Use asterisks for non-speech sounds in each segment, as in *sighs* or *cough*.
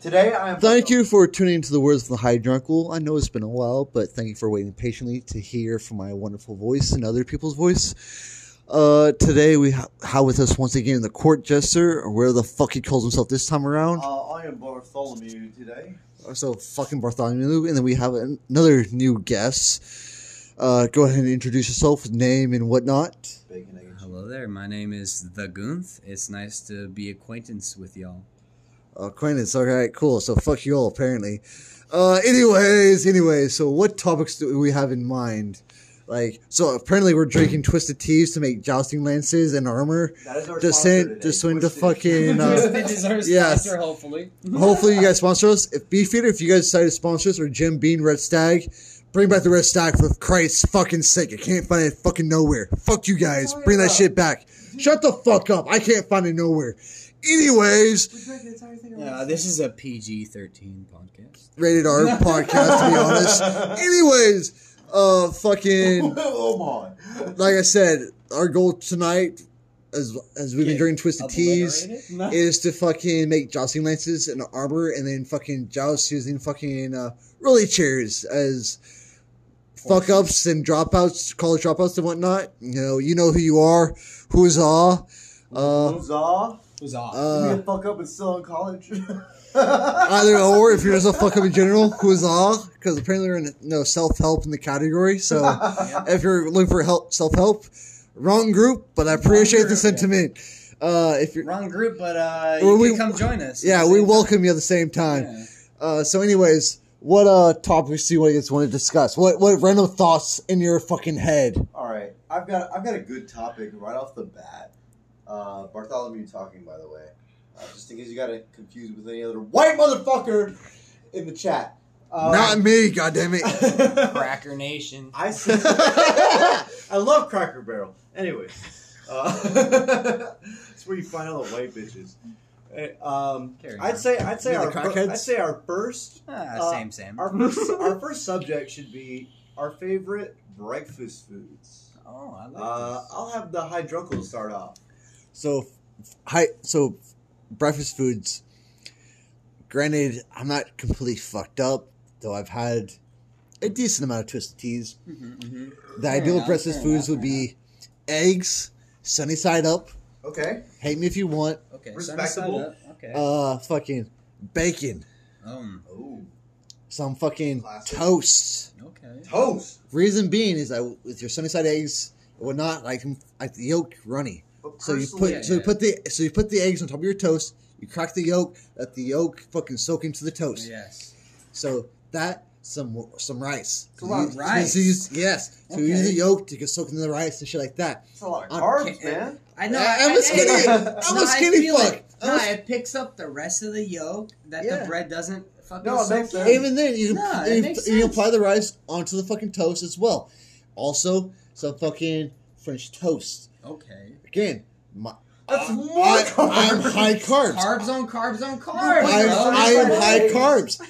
Today I am. Thank you for tuning to the words of the Hydrunkle. I know it's been a while, but thank you for waiting patiently to hear from my wonderful voice and other people's voice. Uh, today we ha- have with us once again the court jester, or where the fuck he calls himself this time around. Uh, I am Bartholomew today. so fucking Bartholomew, and then we have an- another new guest. Uh, go ahead and introduce yourself, name and whatnot. Bacon, egg, and cheese. Hello there. My name is The Goonth. It's nice to be acquaintance with y'all. Acquaintance. All right, cool. So fuck you all, apparently. Uh, anyways, anyways. So what topics do we have in mind? Like, so apparently we're drinking twisted teas to make jousting lances and armor. That is our Just sponsor saying- today, just saying the Twisted. fucking, uh, *laughs* It deserves Yes. sponsor, hopefully. Hopefully you guys sponsor us. If Beefeater, if you guys decide to sponsor us, or Jim Bean Red Stag, bring back the Red Stag for Christ's fucking sake. I can't find it fucking nowhere. Fuck you guys. Bring that shit back. Shut the fuck up. I can't find it nowhere. Anyways, Yeah, this is a PG 13 podcast. rated R podcast to be honest. Anyways, uh fucking *laughs* oh my! like I said, our goal tonight as as we've been Get drinking twisted teas Obliterated? No. is to fucking make jousting lances and armor and then fucking joust using fucking uh really chairs as fuck ups and dropouts, college dropouts and whatnot. You know, you know who you are, who's all. Uh Huzzah! was off. Give uh me a fuck up and still in college. *laughs* either or if you're just a fuck up in general, who's all because apparently we're in you know, self help in the category. So if you're looking for help, self help, wrong group. But I appreciate the group, yeah. sentiment. Uh, if you're Wrong group, but uh, Well, you we- can come join us. yeah, we welcome you at the same time. Yeah. Uh, so, anyways, what uh topics do you guys want to discuss? What what random thoughts in your fucking head? All right, I've got I've got a good topic right off the bat. Uh, Bartholomew talking, by the way, uh, just in case you got it confused with any other white motherfucker in the chat. Um, *laughs* Not me, goddamn it. Cracker Nation. I see. I love Cracker Barrel. Anyways, uh, *laughs* that's where you find all the white bitches. Eh, Um, Carry I'd on. say I'd say You're our the fir- crackheads? I'd say our first Ah, same, same. our first *laughs* our first subject should be our favorite breakfast foods. *laughs* oh, I like Uh, I'll have the hydrunkle start off. So, hi. So, breakfast foods. Granted, I'm not completely fucked up, though. I've had a decent amount of twisted teas. this. Mhm, mhm. The Fair ideal enough, breakfast fair foods enough, would fair be eggs, sunny side up. Okay. Hate me if you want. Okay, Respectable. sunny side up. Okay. Uh, fucking bacon. um, Oh, Some fucking Classic. toast. okay. toast. Reason being is that with your sunny side eggs, and whatnot, like like the yolk runny. But So you put personally- so you put the so you put the eggs on top of your toast. You crack the yolk. Let the yolk fucking soak into the toast. Yes. So that some some rice. a lot of You- rice. so you use- yes. So you use Okay. the yolk to get soaked into the rice and shit like that. It's a lot of I'm carbs, ca- man. I No, know. I, am *laughs* a skinny. I'm No, a I skinny feel fuck. It. No, it picks up the rest of the yolk that Yeah. the bread doesn't fucking No, it soak makes in. sense. Even then, you, No, it you, makes you sense. apply the rice onto the fucking toast as well. Also, some fucking French toast. Okay. Again, my, That's more I, I'm carbs. high carbs. Carbs on carbs on I'm, carbs. bro. I Right. am high carbs.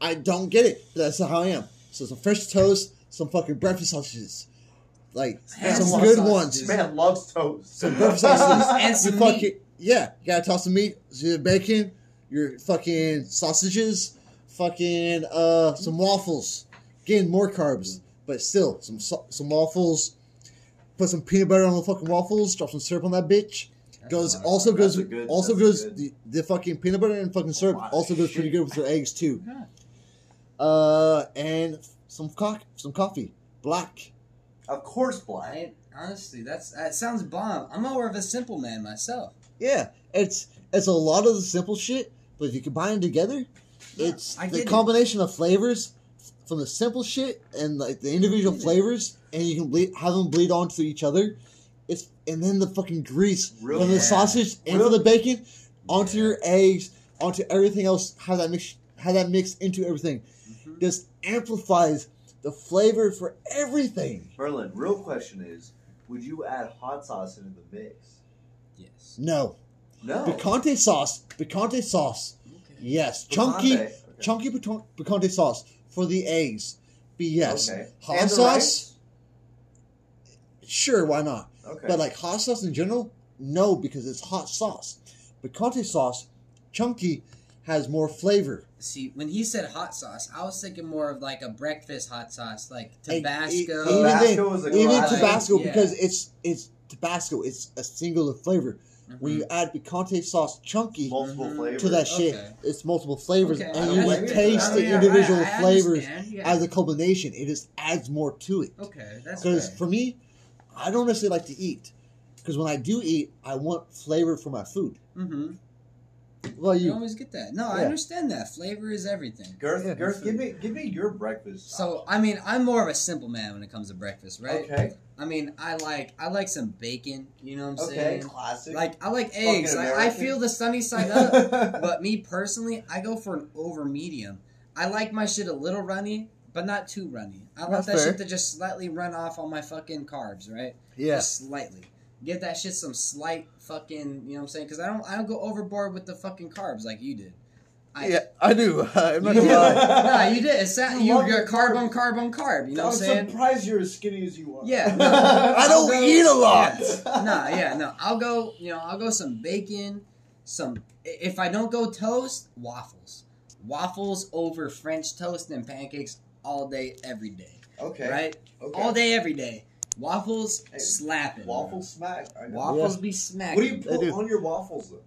I don't get it. But that's how I am. So some French toast, some fucking breakfast sausages, like Ham some sauce good sausages. ones. Man loves toast. Some *laughs* breakfast sausages. and *laughs* some you meat. fucking yeah, you gotta toss some meat, your bacon, your fucking sausages, fucking uh some waffles. Again, more carbs, but still some sa- some waffles. Put some peanut butter on the fucking waffles. Drop some syrup on that bitch. Goes also That's goes a good- also that's a goes good- the, the fucking peanut butter and fucking syrup lot of also goes pretty shit. good with your eggs too. Yeah. Uh, and some co- some coffee, black. Of course, black. I, honestly, that's that sounds bomb. I'm more of a simple man myself. Yeah, it's it's a lot of the simple shit, but if you combine them together, Yeah, it's I the get it. combination of flavors from the simple shit and like the individual get it. flavors, and you can bleed, have them bleed onto each other. It's and then the fucking grease Really? from the Yeah. sausage and from Really? the bacon onto Yeah. your eggs, onto everything else. How that mix, how that mix into everything, Mm-hmm. just amplifies the flavor for everything. Merlin, real question is, would you add hot sauce into the mix? Yes. No, No. picante sauce, picante sauce. Okay. Yes, Picante. chunky, Okay. chunky piton- picante sauce for the eggs. Be yes, Okay. hot And the sauce. Sure, why not? rice? Okay. But like hot sauce in general, no, because it's hot sauce. Picante sauce, chunky, has more flavor. See, when he said hot sauce, I was thinking more of like a breakfast hot sauce, like And e- Tabasco. even then- Tabasco is a even classic. Tabasco Yeah. because it's it's Tabasco. It's a singular flavor. When you add picante sauce chunky Mm. multiple Mhm. flavors. to that shit, Okay. it's multiple flavors, Okay, and I you like can it. taste I the mean, individual I- I flavors understand, yeah. as a culmination. It just adds more to it. okay, that's Because fair. for me, I don't necessarily like to eat. Because when I do eat, I want flavor for my food. hmm Well, You you always get that. No, I Yeah. understand that. Flavor is everything. Girth, Yeah. Girth, give me, give me your breakfast. So, I mean, I'm more of a simple man when it comes to breakfast, right? okay, I mean, I like I like some bacon. You know what I'm okay, saying? classic. *laughs* Like I like eggs. Fucking I, I American. feel the sunny side up. *laughs* but me personally, I go for an over medium. I like my shit a little runny, but not too runny. I want That's that fair. shit to just slightly run off on my fucking carbs, right? yeah, Just slightly. Give that shit some slight fucking, you know what I'm saying? Because I don't, I don't go overboard with the fucking carbs like you did. I- *laughs* yeah, I do. *laughs* I'm not You gonna do. lie. *laughs* Nah, you did. It's that You you, love you're your carb carbs. on carb on carb. You know I'm what I'm saying? surprised you're as skinny as you are. *laughs* Yeah, no. I I don't I'll go- eat a lot. nah, yeah, no. I'll go, you know, I'll go some bacon, some. i- If I don't go toast, waffles. Waffles over French toast and pancakes all day, every day. Okay. Right? Okay. All day, every day. Waffles Hey, slapping. Waffle smack. I know. Waffles be smacking. What do you They put do. on your waffles though?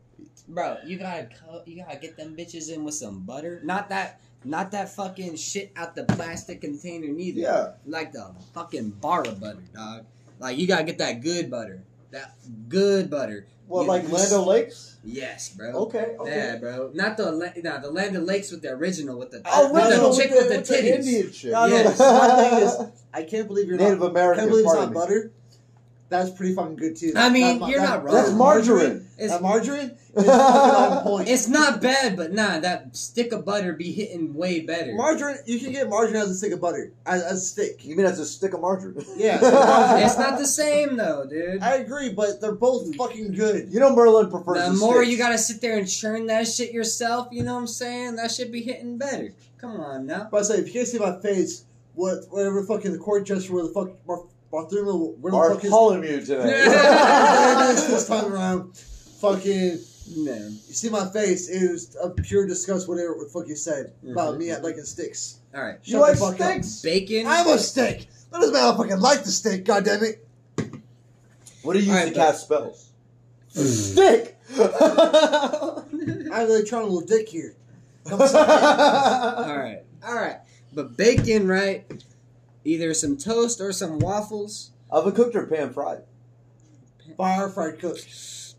bro? You gotta, co- you gotta get them bitches in with some butter. Not that, not that fucking shit out the plastic container neither. Yeah. like the fucking bar of butter, dog. Like you gotta get that good butter, that good butter. Well, You- like you Lando Lakes. Yes, bro. Okay. Okay. Yeah, bro. Not the La- nah, the Land of Lakes with the original with the Oh, with Lando the with chick the, with the with the titties. Indian chick. No, no, Yes. the my thing is, I can't believe you're Native not. I American. can't believe it's pardon me. not butter. That's pretty fucking good too. I mean, That- you're that- not wrong. That's margarine. It's- that margarine is fucking on point. It's not bad, but nah, that stick of butter be hitting way better. margarine, you can get margarine as a stick of butter, as, as a stick. You mean that's a stick of margarine? *laughs* Yeah. it's not the same though, dude. I agree, but they're both fucking good. You know Merlin prefers The the more sticks. you gotta sit there and churn that shit yourself, you know what I'm saying? That should be hitting better. Come on now. But I say, if you can't see my face, what whatever fucking the court judge where the fuck Bar- Bartholomew, where the fuck is Bartholomew *laughs* Bartholomew today. this *laughs* time around, fucking No. you see my face it was a pure disgust whatever the fuck you said about me liking sticks. All right. you Shut like the fuck up. sticks? Bacon. I'm a steak. That doesn't matter if I fucking like the steak. God damn it. What do you use All right, to but- cast spells? Stick. I really trying a little dick here. *laughs* Come suck it. All All right, all right. But bacon, right? Either some toast or some waffles. Oven cooked or pan fried? Fire fried cook.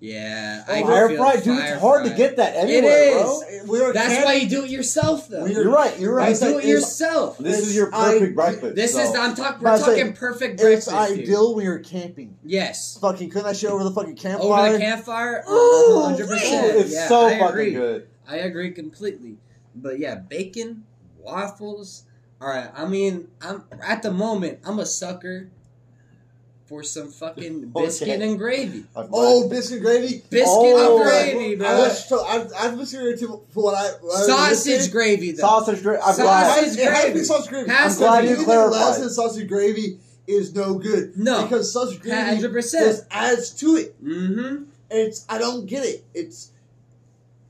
Yeah, Oh, I fire feel fried, dude. fire It's hard to fried. get that anywhere, bro. is. We are That's Canada. why you do it yourself, though. We You are- You're right. You're right. That's do like- it yourself. This is your I- perfect breakfast. This so. is I'm talking. But I We're say, talking perfect It's breakfast. dude. ideal when you're camping. Yes. Fucking couldn't I shit over the fucking campfire? Over the campfire, Ooh, hundred Ooh, percent. It's yeah, so I fucking agree. good. I agree completely. But yeah, bacon, waffles. All right. I mean, I'm at the moment. I'm a sucker for some fucking *laughs* Okay. biscuit and gravy. I'm Oh, biscuit gravy. Biscuit Oh, and gravy, I bro. was, so I, I was listening to for what I what I Sausage listened- gravy, glad- though. sausage. Dra- I'm I- glad. Sausage It has to gravy. be sausage gravy. Has I'm to glad be. you Anything clarified. less Less than than sausage gravy is no good. No. because sausage gravy 100%. just adds to it. Mm-hmm. It's I don't get it. It's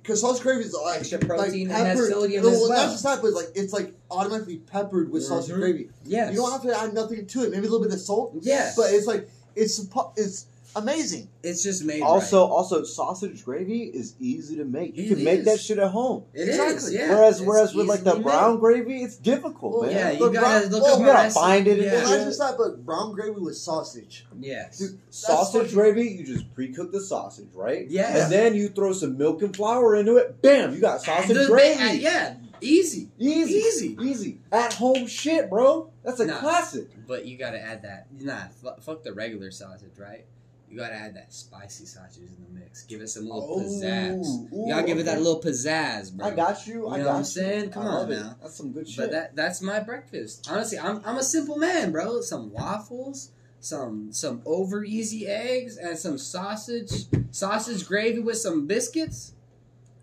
because sausage gravy is like Extra protein, it like has peppered- sodium no, as well, well. Not just that, but like it's like automatically peppered with sausage Mhm. gravy. Yes. You don't have to add nothing to it. Maybe a little bit of salt. Yes. but it's like it's suppo- it's amazing. It's just made Also, also, sausage gravy is easy to make. You It can make is. that shit at home. right. It exactly. is, yeah. whereas, It's whereas with like the easily brown made. gravy, it's difficult, man. yeah, you the gotta brown- look well, up you gotta recipe. find it in Yeah. there. Well, not just that, but brown gravy with sausage. Yes. Dude, sausage fucking- gravy, you just pre-cook the sausage, right? Yeah. And then you throw some milk and flour into it. Bam, you got And sausage the ba- gravy. and yeah, easy. Easy, Easy. easy. At home shit, bro. That's a Nah. classic. But you gotta add that. Nah, fu- fuck the regular sausage, right? You gotta add that spicy sausage in the mix. Give it some little pizzazz. Oh. Ooh, Y'all give it that okay. little pizzazz, bro. I got you. I You got know what I'm you. saying? Come I on love it. now. That's some good shit. But that that's my breakfast. Honestly, I'm I'm a simple man, bro. Some waffles, some some over easy eggs, and some sausage sausage gravy with some biscuits.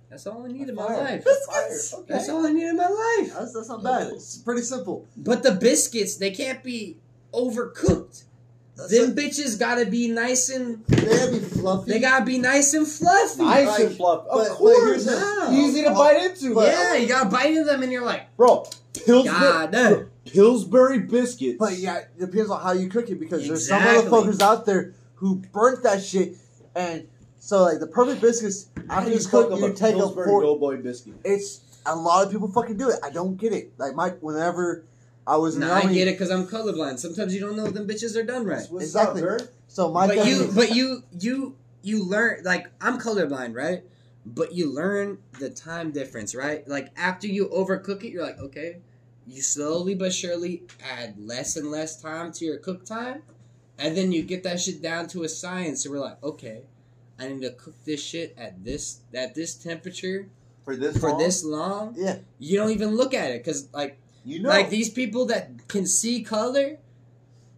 That's all I need in my Fire. life. Biscuits? Okay. *laughs* That's all I need in my life. That's, that's not bad. It's pretty simple. But the biscuits, they can't be overcooked. That's Them bitches gotta be nice and a- they gotta be fluffy. they gotta be nice and fluffy. Nice Like, and fluff. but- Of but course. here's the- No. Easy to Oh, bite into. but- yeah, you gotta bite into them and you're like, Bro, Pillsbury, God damn. Pillsbury biscuits. But yeah, it depends on how you cook it because there's some Exactly. motherfuckers out there who burnt that shit, and so like the perfect biscuits How after do you it's fuck cooked, up you a take a Pillsbury fork. Go Boy biscuit? It's a lot of people fucking do it. I don't get it. Like Mike, whenever I was in the nah, I army, get it because I'm colorblind. Sometimes you don't know them bitches are done right. What's Exactly. up, girl? so my But dad- you, *laughs* but you, you, you learn like I'm colorblind, right? But you learn the time difference, right? Like after you overcook it, you're like, okay, you slowly but surely add less and less time to your cook time, and then you get that shit down to a science. So we're like, okay, I need to cook this shit at this at this temperature For this for long? this long. yeah, You don't even look at it because like. You know. Like these people that can see color,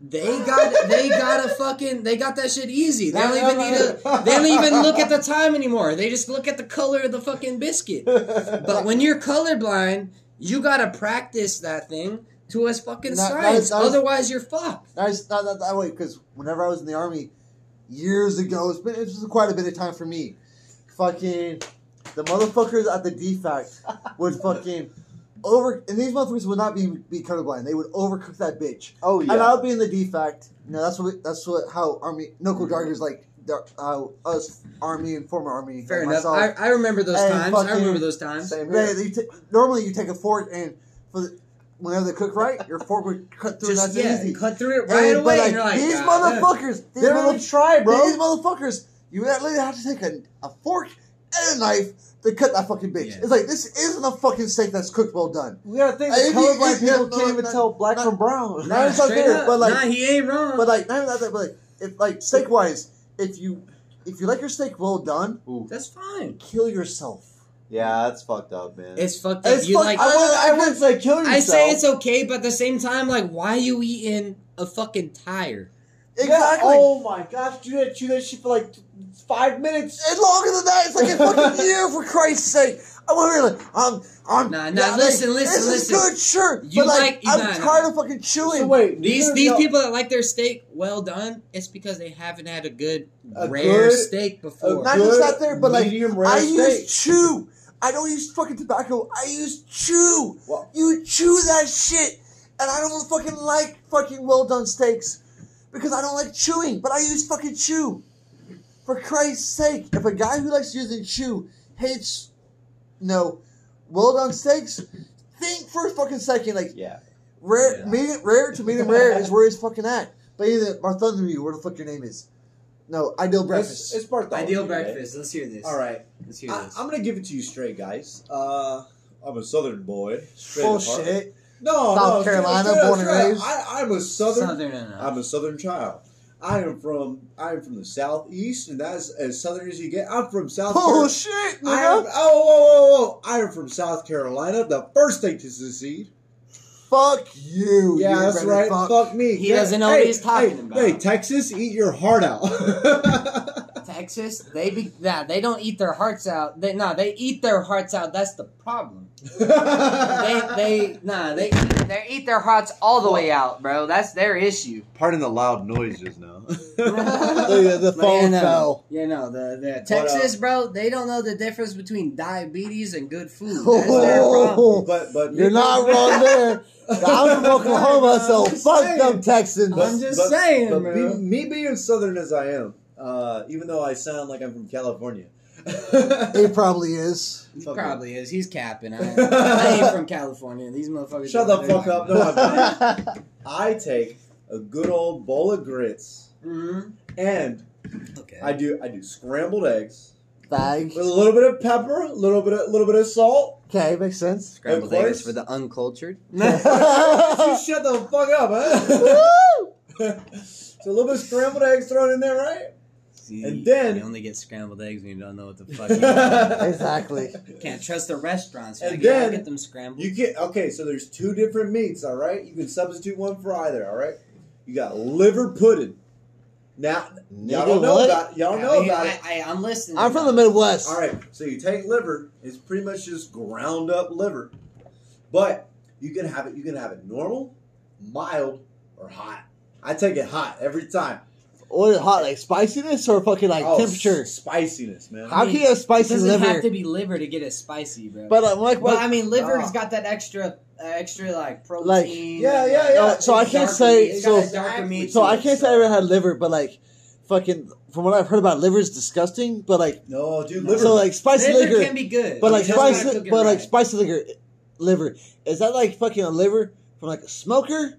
they got they *laughs* got a fucking they got that shit easy. They No, don't no, even no, need to they don't even look at the time anymore. They just look at the color of the fucking biscuit. But when you're colorblind, you gotta practice that thing to a fucking That- that science. is- that is- Otherwise, you're fucked. I just not that, that way because whenever I was in the army years ago, it's been it's just quite a bit of time for me. Fucking the motherfuckers at the defect would fucking over, and these motherfuckers would not be be colorblind. They would overcook that bitch. oh, yeah. And I would be in the defect. You know, that's what we, that's what how army knuckle drivers like the- how us army and former army. Fair like enough. myself, I, I remember those Hey, times. I fucking- remember those times. Same they, here. they ta- normally you take a fork and for the, whenever they cook right, your fork would cut through. Just and yeah, that's easy. cut through it right And- away. but, and you're like, these "God damn." motherfuckers, these, They don't mother- even try, bro. these motherfuckers, you literally have to take a, a fork and a knife to cut that fucking bitch. Yeah. It's like this isn't a fucking steak that's cooked well done. we gotta think Hey, if that you- colorblind if you- people no, can't even no, tell black no. from brown. No. *laughs* Not just like straight there, up. but like- nah, he ain't wrong. But like not even that, but like if like steak wise, if you if you like your steak well done, that's fine. kill yourself. Yeah, that's fucked up, man. It's fucked up. It's you fuck- like I wouldn't- I wouldn't say kill yourself. I say it's okay, but at the same time, like, why you eating a fucking tire? exactly. Oh my gosh, dude, I chew that shit for like five minutes. It's longer than that. It's like *laughs* a fucking year for Christ's sake. I'm over here like I'm I'm Nah, nah, listen, listen, this listen. is good, sure. You but like, like- nah, I'm nah. tired of fucking chewing. So wait, These you're these not- people that like their steak well done, it's because they haven't had a good A rare good- steak a before. Not good just that there, but like medium rare I steak. use chew. I don't use fucking tobacco. I use chew. Well- You chew that shit, and I don't fucking like fucking well done steaks because I don't like chewing. But I use fucking chew. For Christ's sake, if a guy who likes using chew hates, no, well done steaks, think for a fucking second. Like Yeah. rare, Yeah. medium, rare to medium rare is where he's fucking at. But either Bartholomew, where the fuck your name is. No, ideal breakfast. It's, it's Bartholomew. Ideal right? breakfast. Let's hear this. All right. let's hear I, this. I'm gonna give it to you straight, guys. Uh, I'm a Southern boy. Straight at heart. Bullshit. No, South no, Carolina, straight up, born and straight up. raised. I, I'm a Southern. Southern enough. I'm a Southern child. I am from. I am from the southeast, and that's as southern as you get. I'm from South. Oh, Carolina. Bullshit, I am, oh, whoa, whoa, whoa! I am from South Carolina, the first state to secede. Fuck you. Yeah, you that's better right. Fuck. Fuck, *laughs* me. He Yeah, doesn't know hey, what he's talking hey, about. Hey, Texas, eat your heart out. *laughs* Texas, they be nah, they don't eat their hearts out. They nah, they eat their hearts out. That's the problem. *laughs* They they nah, they they eat their hearts all the way out, bro. That's their issue. Pardon the loud noise just *laughs* now. The, the But phone yeah, no. fell. Yeah, no, the, the But, uh, Texas, bro, they don't know the difference between diabetes and *laughs* good food. That's their problem. Oh, but but you're not wrong there. I'm from *laughs* Oklahoma, so I'm just fuck saying. them Texans. I'm just saying, but bro. Me, me being southern as I am, uh, even though I sound like I'm from California. *laughs* He probably is. He Fuck probably is. He's capping. *laughs* I, I ain't from California. These motherfuckers. Shut the don't know fuck up. No, that. I'm I take a good old bowl of grits Mhm. and Okay. I do I do scrambled eggs Bag. with a little bit of pepper, a little bit of, little bit of *laughs* salt. *laughs* *laughs* Okay, makes sense. Scrambled Of eggs course. for the *laughs* uncultured. You shut the fuck up, huh? *laughs* so a little bit of scrambled eggs thrown in there, right? See, And then- you only get scrambled eggs when you don't know what the *laughs* fuck. You're eating. exactly. You can't trust the restaurants. And Like, yeah, then- I get them scrambled. You can okay, so there's two different meats, all right? You can substitute one for either, all right? You got liver pudding. Now y'all Nigga, don't know what? about y'all Yeah, know we- about it. I, I, I'm *laughs* listening. I'm from the Midwest. All right, so you take liver. It's pretty much just ground up liver, but you can have it. You can have it normal, mild, or hot. I take it hot every time. What is hot? Like spiciness or fucking like Oh, temperature? s- spiciness, man. How I can mean, you have It spicy doesn't liver? have to be liver to get it spicy, bro. but I'm like, Well, what? I mean, liver's Ah. got that extra, uh, extra like protein. yeah, and, yeah, like, yeah. uh, so I can't darker say. meat. It's so got that darker meat. So to I it, can't say I ever had liver, but like, fucking, from what I've heard about liver is disgusting. But like, No, dude, No. liver. so like spicy liver liver, can be good, but like you just gotta spicy, cook it but like right. spicy liver, liver is that like fucking a liver from like a smoker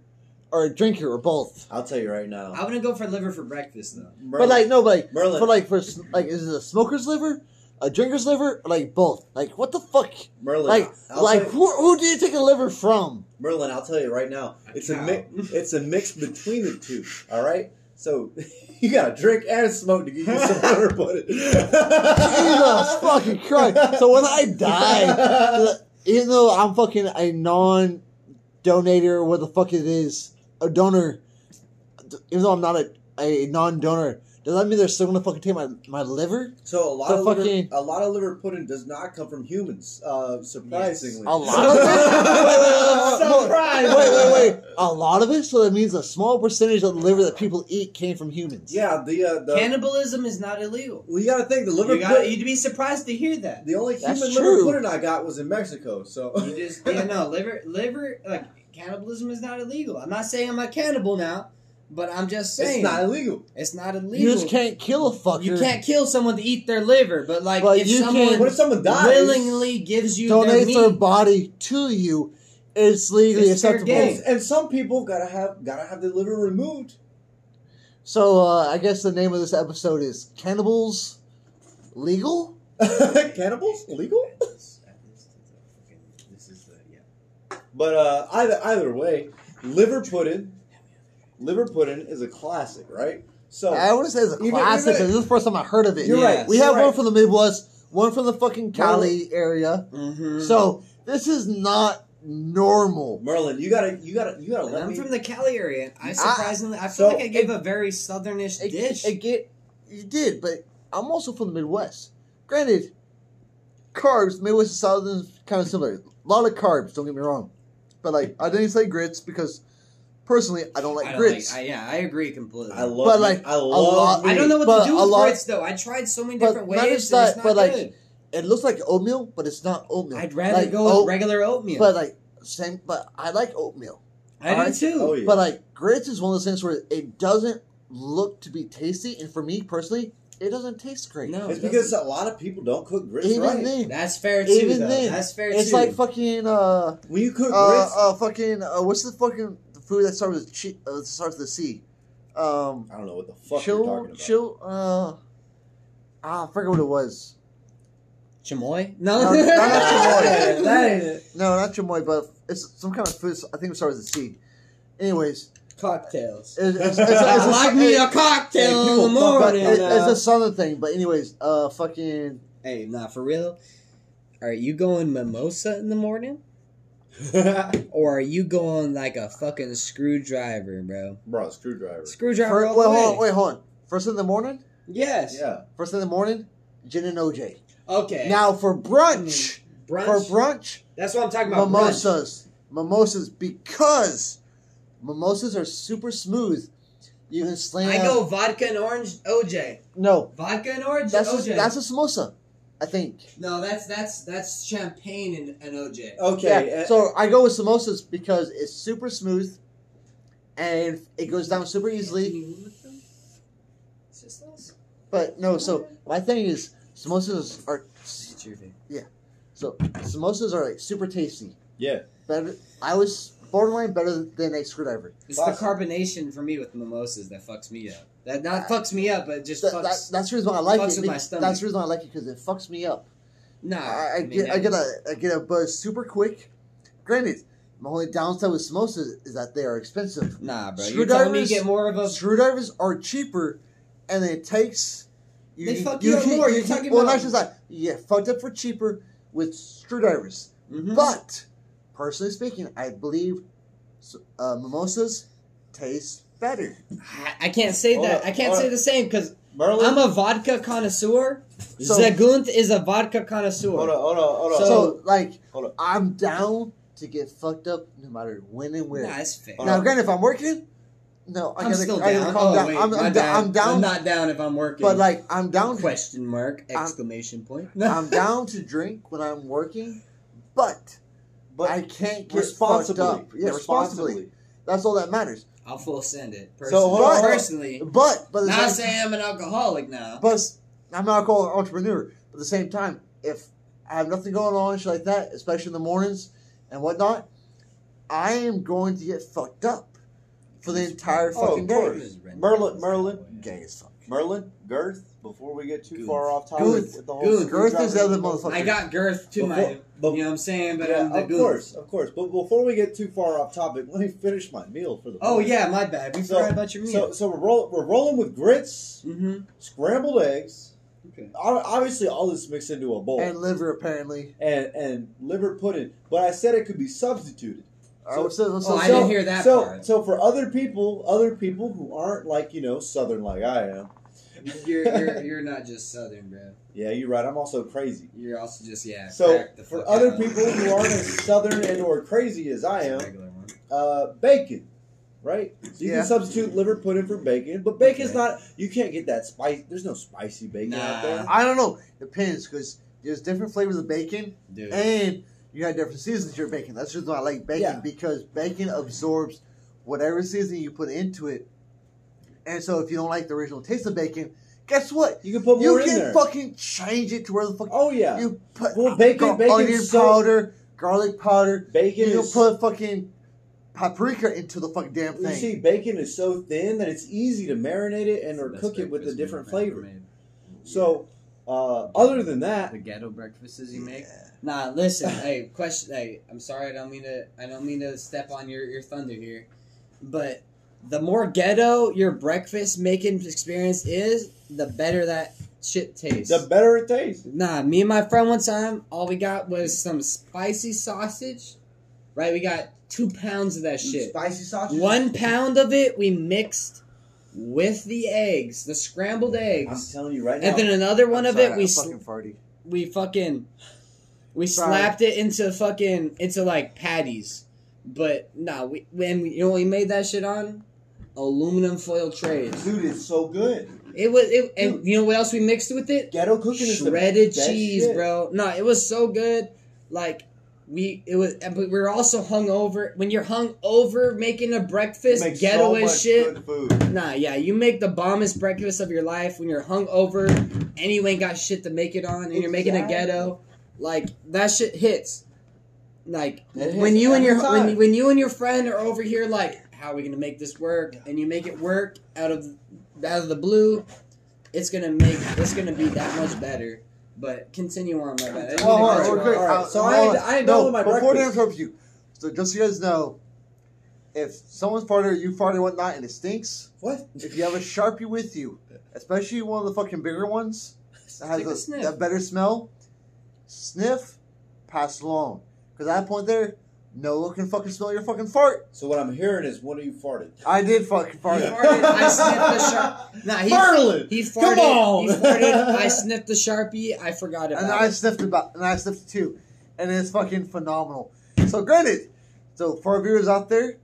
or a drinker or both? I'll tell you right now. I wouldn't go for liver for breakfast though. Merlin- But like, no, but like, Merlin. for like, for s- like, is it a smoker's liver, a drinker's liver, or like both? Like, what the fuck? Merlin, Like, I'll like, tell you- who, who did you take a liver from? Merlin, I'll tell you right now, it's a mi- it's a mix between the two. All right, so *laughs* you gotta drink and smoke to get you *laughs* some liver pudding. Jesus fucking *laughs* Christ! So when I die, Uh, even though I'm fucking a non-donator, or what the fuck it is, a donor, even though I'm not a, a non-donor, does that mean they're still gonna fucking take my, my *laughs* liver? So a lot The of liver, fucking- a lot of liver pudding does not come from humans, uh, surprisingly. A lot of *laughs* it? *laughs* Surprise! wait, wait, wait, wait. A lot of it? So that means a small percentage of the liver that people eat came from humans. yeah, the uh, the Cannibalism is not illegal. well, you gotta think the liver You got, pudding. you'd be surprised to hear *laughs* that. The only That's human liver true. pudding I got was in Mexico. So *laughs* You just yeah, no liver liver like cannibalism is not illegal. I'm not saying I'm a cannibal now, but I'm just saying it's not illegal. it's not You illegal. just can't kill a fucker. You can't kill someone to eat their liver, but like But if you someone can't- What if someone dies? willingly gives you their donate meat, their body to you. It's legally It's fair acceptable. game. And, and some people gotta have gotta have their liver removed. *laughs* So uh, I guess the name of this episode is Cannibals Legal. Cannibals legal? This is the yeah. But uh, either either way, liver pudding, liver pudding is a classic, right? So I want to say it's a Even- classic. even- 'cause this is the first time I heard of it. You're right, We you're have right. one from the Midwest, one from the fucking Cali area. Mhm. So this is not normal. Merlin, you gotta you gotta you gotta And let I'm me. from the Cali area. and I Ah, surprisingly, I feel so like I gave a very southernish It, dish. it get you did, but I'm also from the Midwest. Granted, carbs Midwest and Southern is kind of similar. A lot of carbs. Don't get me wrong, but like I didn't say grits because personally I don't like I don't grits. like- I- yeah, I agree completely. I I, love But, me- like, I a love lot- me. I don't know what But to do a with lot- grits though. I tried so many But different ways. not and just It's that, not but, like, good. it looks like oatmeal, but it's not oatmeal. I'd rather Like go with oat- regular oatmeal. But like same, but I like oatmeal. I do alright. too. Oh, yeah. But like grits is one of those things where it doesn't look to be tasty, and for me personally, it doesn't taste great. No, It's it because a lot of people don't cook grits even right. then, That's fair too. uh, Even though. then, that's fair it's too. like fucking uh, When you cook uh, grits, uh fucking uh, what's the fucking food that starts with chi- uh, starts with a C? Um, I don't know what the fuck you're talking chill, about. chill. Uh, ah, I forget what it was. chamoy. No, No, not *laughs* chamoy. that ain't it. No, not chamoy, but it's some kind of food. I think it starts with a C. Anyways, Cocktails. it's, it's, it's, it's, *laughs* it's a- like me a cocktail Hey, in the people fuck morning. up. It- uh, it's a southern thing, but anyways, uh, fucking. Hey, nah, for real. Are you going mimosa in the morning, or are you going like a fucking screwdriver, bro? *laughs* Bro, screwdriver. Screwdriver. fir- all the wait, hold on, way. wait, hold on. First thing in the morning. Yes. Yeah. First thing in the morning, gin and OJ. Okay. Now for brunch, for brunch. brunch, That's what I'm talking about. brunch. mimosas, mimosas because mimosas are super smooth. You can slam. I go vodka and orange OJ. no. Vodka and orange That's OJ. a, that's a samosa, I think. no, that's that's that's champagne and, and OJ. Oh, Okay. Yeah, uh, so I go with samosas because it's super smooth, and it goes down super easily. It's just us. But no, so my thing is samosas are It's your thing. so samosas are like super tasty. Yeah. Better, I was borderline better than a screwdriver. It's the carbonation for me with mimosas that fucks me up. That not fucks me up, but it just Uh, That, fucks. that, that's the reason why I like fucks it. with my be- stomach. that's the reason why I like it because it fucks me up. nah, I, I mean, get I that- get a I get a buzz super quick. Granted, my only downside with samosas is that they are expensive. Nah, bro. You're telling me you Screwdrivers- get more of a. Screwdrivers are cheaper, and it takes. You, They fuck you up can- more, You you're can- talking well, about- not just that. You get fucked up for cheaper with screwdrivers. Mhm. But personally speaking, I believe uh, mimosas taste better. I, I can't say Hold that. up, I can't hold say up. the same because Merlin. I'm a vodka connoisseur. So- Zagunth is a vodka connoisseur. hold on, hold on, hold on. So, So- like, Hold up. I'm down to get fucked up no matter when and where. Nah, that's fair. Hold now, on. granted, if I'm working, no, I I'm gotta, still I gotta down. calm oh, down. Wait, I'm, not down. I'm, down. I'm down, I'm not down if I'm working. but like I'm down. Question mark! I'm- Exclamation point. *laughs* I'm down to drink when I'm working, but But I can't get responsibly. fucked up. Yeah, responsibly. That's all that matters. I'll full send it. Personally, So, hold on, hold on. personally But by the not time, saying I'm an alcoholic now. but I'm an alcohol entrepreneur. But at the same time, if I have nothing going on, shit like that, especially in the mornings and whatnot, I am going to get fucked up for the entire Oh, fucking of day. course. Merlin- Merlin. Gay as fuck. Merlin, Girth, before we get too Goons. far off topic Goons. with the whole Goons. Girth screwdriver is the other thing. motherfucker. I got girth to my. Before- but- you know what I'm saying? But Yeah, I'm the of goon. course, of course. But before we get too far off topic, *laughs* let me finish my meal for the. Oh yeah, my bad. We So- forgot about your So, meal. so we're roll, we're rolling with grits, mm-hmm. scrambled eggs. Okay. Ob- Obviously, all this mixed into a bowl and liver apparently. and, and liver pudding. But I said it could be substituted. All right, So- what's up- what's Oh, up- I so- didn't hear that so, part. So for other people, other people who aren't like you know Southern like I am. You're, you're you're not just southern, bro. Yeah, you're right. I'm also crazy. You're also just yeah. So crack the for fuck other out. people who aren't as Southern and or crazy as I It's a am, regular one. uh, bacon, right? So you Yeah. can substitute liver pudding for bacon, but bacon's Okay. not. You can't get that spice. There's no spicy bacon out there. Nah. I don't know. Depends because there's different flavors of bacon Dude. and you got different seasons you're baking. That's just why I like bacon Yeah. because bacon absorbs whatever seasoning you put into it. And so if you don't like the original taste of bacon, guess what? You can put You more in can there. fucking change it to where the fuck oh yeah, you put Well, bacon- gar- bacon's onion so- powder, garlic powder. bacon you is. can put fucking paprika into the fucking damn you thing. see, bacon is so thin that it's easy to marinate it and or It's the cook best it with a breakfast different meal I've ever flavor. made. So, uh, other than that, the ghetto breakfasts you make. Nah, listen. hey, question. Hey, I'm sorry. I don't mean to. I don't mean to step on your your thunder here, but the more ghetto your breakfast making experience is, the better that shit tastes. the better it tastes. Nah, me and my friend one time, all we got was some spicy sausage. Right, we got two pounds of that shit. Spicy sausage. One pound of it we mixed with the eggs, the scrambled I'm eggs, telling you right now. and then another one I'm of sorry, it we I'm sl- fucking farty. we fucking we Sorry. slapped it into fucking into like patties. But nah, we when we, you know what we made that shit on aluminum foil trays. Dude, it's so good. It was it, and you know what else we mixed with it? Ghetto cooking is the shredded best cheese, shit. bro. No, it was so good. Like we, it was, but we were also hung over. When you're hung over making a It breakfast, makes ghetto so as much shit. Good food. Nah, yeah, you make the bombest breakfast of your life when you're hung over and you ain't got shit to make it on, and you're making a Exactly. ghetto. Like that shit hits. Like It when hits you and every your when, time. when you and your friend are over here, like, how are we gonna make this work? And you make it work out of out of the blue. It's gonna make it's gonna be that much better. But continue on, my bad. I didn't Well, mean hold to on, cut you real quick. off. All right, uh, so hold I ain't- on. I ain't done no, with my before breakfast. I interrupt you, so just so you guys know, if someone's farted or you farted or whatnot and it stinks, What? if you have a sharpie with you, especially one of the fucking bigger ones that Take a has a, sniff. that better smell, sniff, pass along. Because at that point there, no one can fucking smell your fucking fart. So what I'm hearing is one of you farted. I did fucking fart. Yeah. farted, I sniffed the shark. *laughs* Nah, he, Merlin, he farted. come on. He farted. *laughs* I sniffed the sharpie. I forgot about and it. I sniffed about, and I sniffed too, and it's fucking phenomenal. So granted, so for our viewers out there,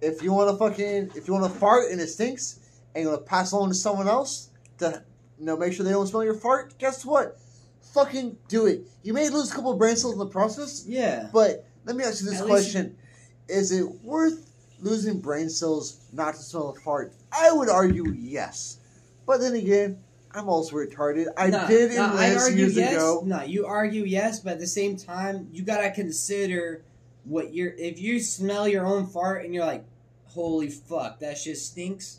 if you want to fucking, if you want to fart and it stinks, and you want to pass on to someone else to, you know, make sure they don't smell your fart. Guess what? Fucking do it. You may lose a couple of brain cells in the process, Yeah. but let me ask you this At least question: Is it worth losing brain cells not to smell a fart? I would argue yes, but then again. I'm also retarded. I Nah, did in nah, I Lance argue years yes. ago. No, you argue yes, but at the same time, you gotta consider what you're. If you smell your own fart and you're like, "Holy fuck, that shit stinks,"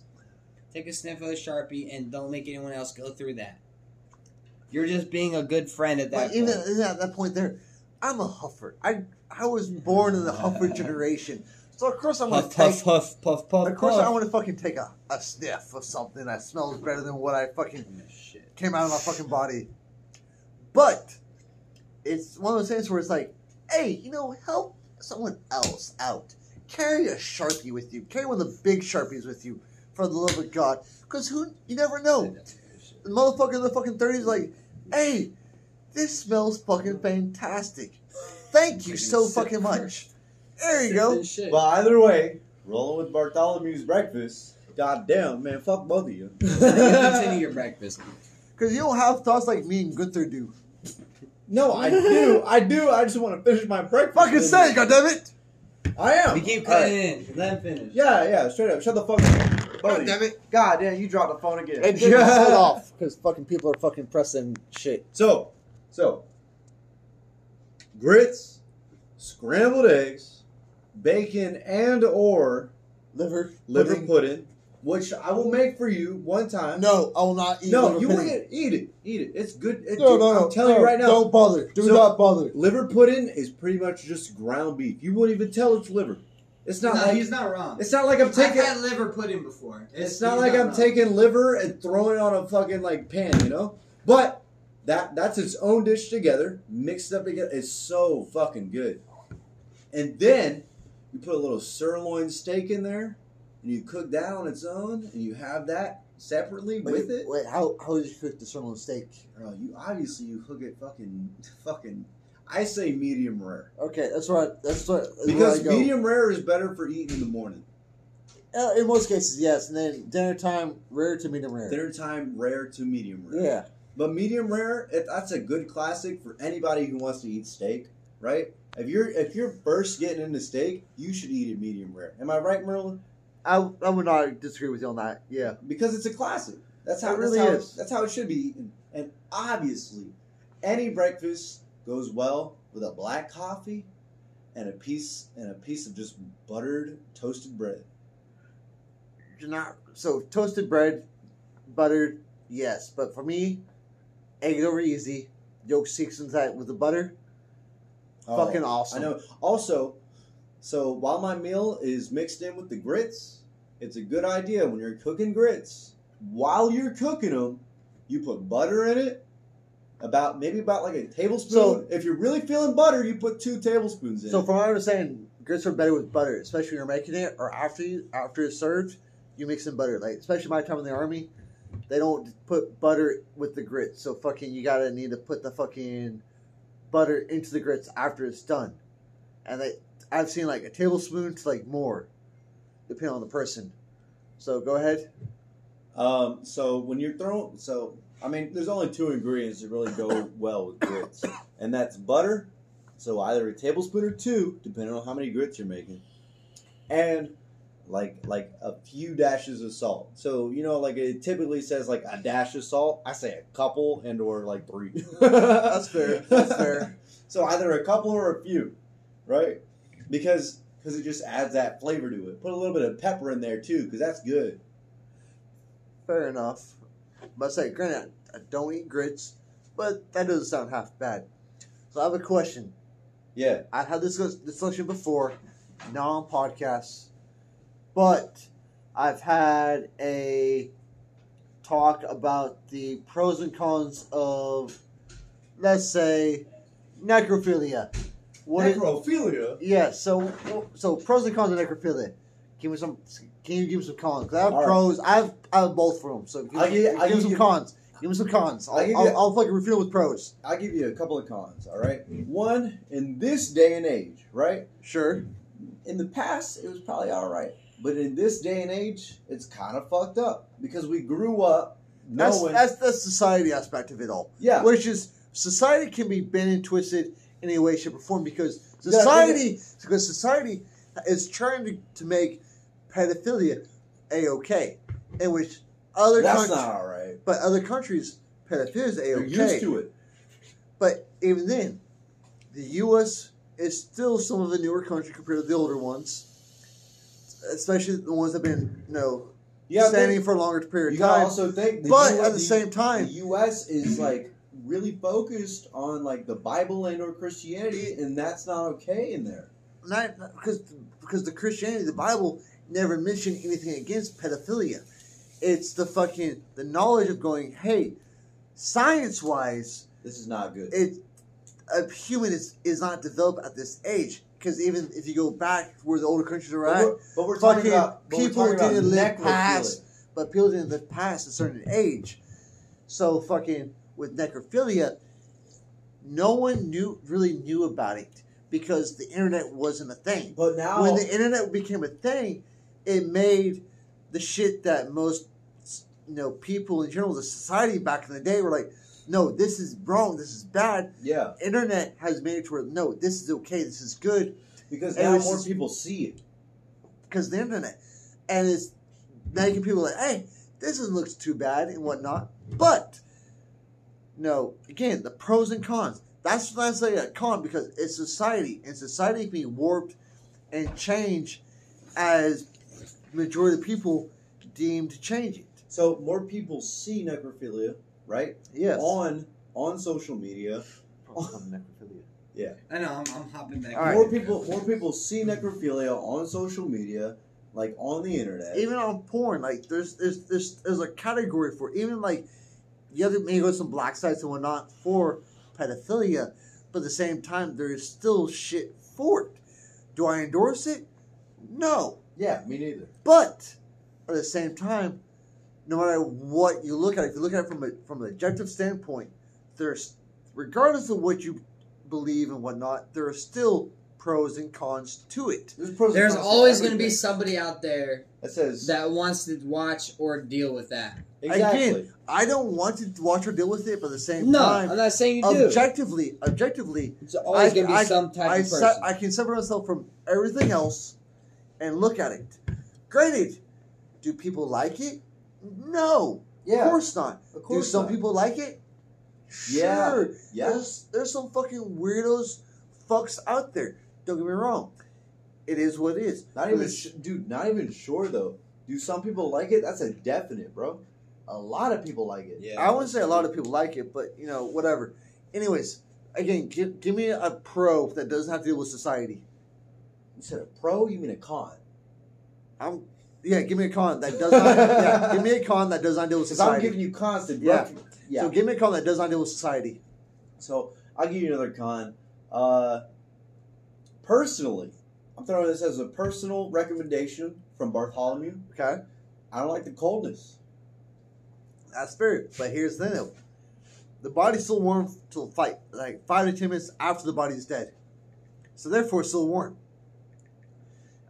take a sniff of the sharpie and don't make anyone else go through that. You're just being a good friend at that But even point. even at that point, there, I'm a huffer. I I was born in the huffer *laughs* generation, so of course I'm gonna Puff, take. puff, puff, puff, puff. Of course, puff. I want to fucking take a, a sniff of something that smells better than what I fucking Shit. came out of my fucking body. But it's one of those things where it's like, hey, you know, help someone else out. Carry a sharpie with you. Carry one of the big sharpies with you, for the love of God, because who you never know the motherfucker in the fucking 30s like, hey, this smells fucking fantastic. Thank you so fucking much. There you go. Shit. But either way, rolling with Bartholomew's breakfast. God damn, man, fuck both of you. *laughs* Continue your breakfast. Because you don't have thoughts like me and Gunther do. *laughs* No, I do, I do. I just want to finish my breakfast. Fucking say, goddammit! I am. We keep All right. cutting in. Let him finish. Yeah, yeah, straight up. Shut the fuck up. Buddy. it! God damn, you dropped the phone again. And turn the *laughs* shit off because fucking people are fucking pressing shit. So, so grits, scrambled eggs, bacon and or Liver, liver pudding. pudding, which I will make for you one time. No, I will not eat. No, liver you pudding. won't get- eat it. Eat it. It's good. It, No, dude, no, no. I'm telling no, you right now. Don't bother. Do So- not bother. Liver pudding is pretty much just ground beef. You won't even tell it's liver. It's No, not like he's not wrong. it's not like I'm I've taking had liver pudding before. It's not he's like I'm wrong. taking liver and throwing it on a fucking like pan, you know. But that that's its own dish together, mixed up together. It's so fucking good. And then you put a little sirloin steak in there, and you cook that on its own, and you have that separately with wait, it. Wait, how how did you cook the sirloin steak? Bro, you obviously you cook it fucking *laughs* fucking. I say medium rare Okay, that's what that's what that's because where I go. medium rare is better for eating in the morning. Uh, in most cases, yes, and then dinner time, rare to medium rare. Dinner time rare to medium rare. Yeah, But medium rare, it, that's a good classic for anybody who wants to eat steak, right? If you're if you're first getting into steak, you should eat it medium rare. Am I right, Merlin? I, I would not disagree with you on that. Yeah, Because it's a classic. That's how It really that's how, is. That's how it should be eaten. And obviously, any breakfast goes well with a black coffee and a piece and a piece of just buttered toasted bread. you're not so toasted bread, buttered, yes, but for me, eggs over easy. Yolk seasons that with the butter, Oh, fucking I awesome. know. Also, so while my meal is mixed in with the grits, it's a good idea when you're cooking grits. While you're cooking them, you put butter in it, about maybe about like a tablespoon. So- if you're really feeling butter, you put two tablespoons in. So it. from what I was saying, grits are better with butter, especially when you're making it or after you after it's served, you mix in butter. Like especially my time in the army, they don't put butter with the grits. So fucking you gotta need to put the fucking butter into the grits after it's done. And they I've seen like a tablespoon to like more, depending on the person. So go ahead. Um, so when you're throwing, so I mean, there's only two ingredients that really go well with grits, and that's butter. So either a tablespoon or two, depending on how many grits you're making, and like like a few dashes of salt. So you know, like it typically says like a dash of salt. I say a couple and or like three. That's fair. That's fair. So either a couple or a few, right? Because because it just adds that flavor to it. Put a little bit of pepper in there too, because that's good. Fair enough. But I say, granted, I don't eat grits, but that doesn't sound half bad. So I have a question. Yeah. I've had this discussion before, not on podcasts, but I've had a talk about the pros and cons of, let's say, necrophilia. What is- Necrophilia. yeah, so so pros and cons of necrophilia. Give me some. Can you give me some cons? 'Cause I have All right. pros. I have I have both for them. So give, I'll me- give you- give I'll me give some you- cons. Give me some cons. I'll, I'll give you- I'll, I'll fucking refill with pros. I'll give you a couple of cons, all right? One, in this day and age, right? Mm-hmm. Sure. In the past, it was probably all right. But in this day and age, it's kind of fucked up because we grew up That's knowing. that's the society aspect of it all. yeah. which is society can be bent and twisted in any way, shape, or form because Yeah, I think society because society is trying to, to make pedophilia a okay, in which other That's countries, not all right. but other countries pedophilia is a They're okay. used to it. But even then, the U.S. is still some of the newer country compared to the older ones, especially the ones that have been you know Yeah, standing for a longer period you of gotta time. also think. the but US at the same time, the U.S. is like really focused on like the Bible and or Christianity, and that's not okay in there. not because because the Christianity, the Bible never mentioned anything against pedophilia. It's the fucking the knowledge of going, hey, science wise, This is not good. it a human is is not developed at this age. Because even if you go back where the older countries are But at, we're, but we're Fucking talking about but we're people talking about didn't live necrophilia. past- but people didn't live past a certain age. So fucking with necrophilia, no one knew really knew about it because the internet wasn't a thing. But now when the internet became a thing, it made the shit that most you know people in general, the society back in the day were like, no, this is wrong, this is bad. Yeah, Internet has made it to where no, this is okay, this is good. because It now was more just- people see it. because the internet, and it's making people like, hey, this doesn't look too bad and whatnot. But no, again, the pros and cons. That's what I say a con because it's society, and society can be warped and change as majority of people deem to change it. So more people see necrophilia, right? Yes. On on social media, I know. I'm, I'm hopping back. All right. more people more people see necrophilia on social media, like on the internet. even on porn, like there's there's there's, there's a category for it. even like you have to maybe go to some black sites and whatnot for pedophilia, but at the same time there is still shit for it. Do I endorse it? No. yeah, me neither. But at the same time, no matter what you look at, if you look at it from a, from an objective standpoint, there's regardless of what you believe and whatnot, there are still pros and cons to it. There's, pros and There's cons always going to be everything. somebody out there that says that wants to watch or deal with that. exactly. Again, I don't want to watch or deal with it, but at the same No, time, I'm not saying you do. objectively, objectively, It's always I- going to be I- some type I, of se- person. I can separate myself from everything else and look at it. Granted, do people like it? No, yeah, of course not. of do course some not. people like it? Yeah, Sure. Yeah, There's, there's some fucking weirdos fucks out there. Don't get me wrong. It is what it is. not even sh- dude. Not even sure though. Do some people like it? That's a definite, bro. A lot of people like it. I wouldn't say a lot of people like it, but you know, whatever. Anyways, again, give, give me a pro that doesn't have to deal with society. You said a pro, you mean a con? I'm yeah, give me a con that does not yeah, give me a con that does not deal with Because I'm society. giving you constant. Yeah. reference. yeah. So give me a con that does not deal with society. So I'll give you another con. Uh, personally, I'm throwing this as a personal recommendation from Bartholomew. Okay? I don't like the coldness. That's fair. But here's the thing. The body's still warm till fight like five to ten minutes after the body's dead. So therefore it's still warm.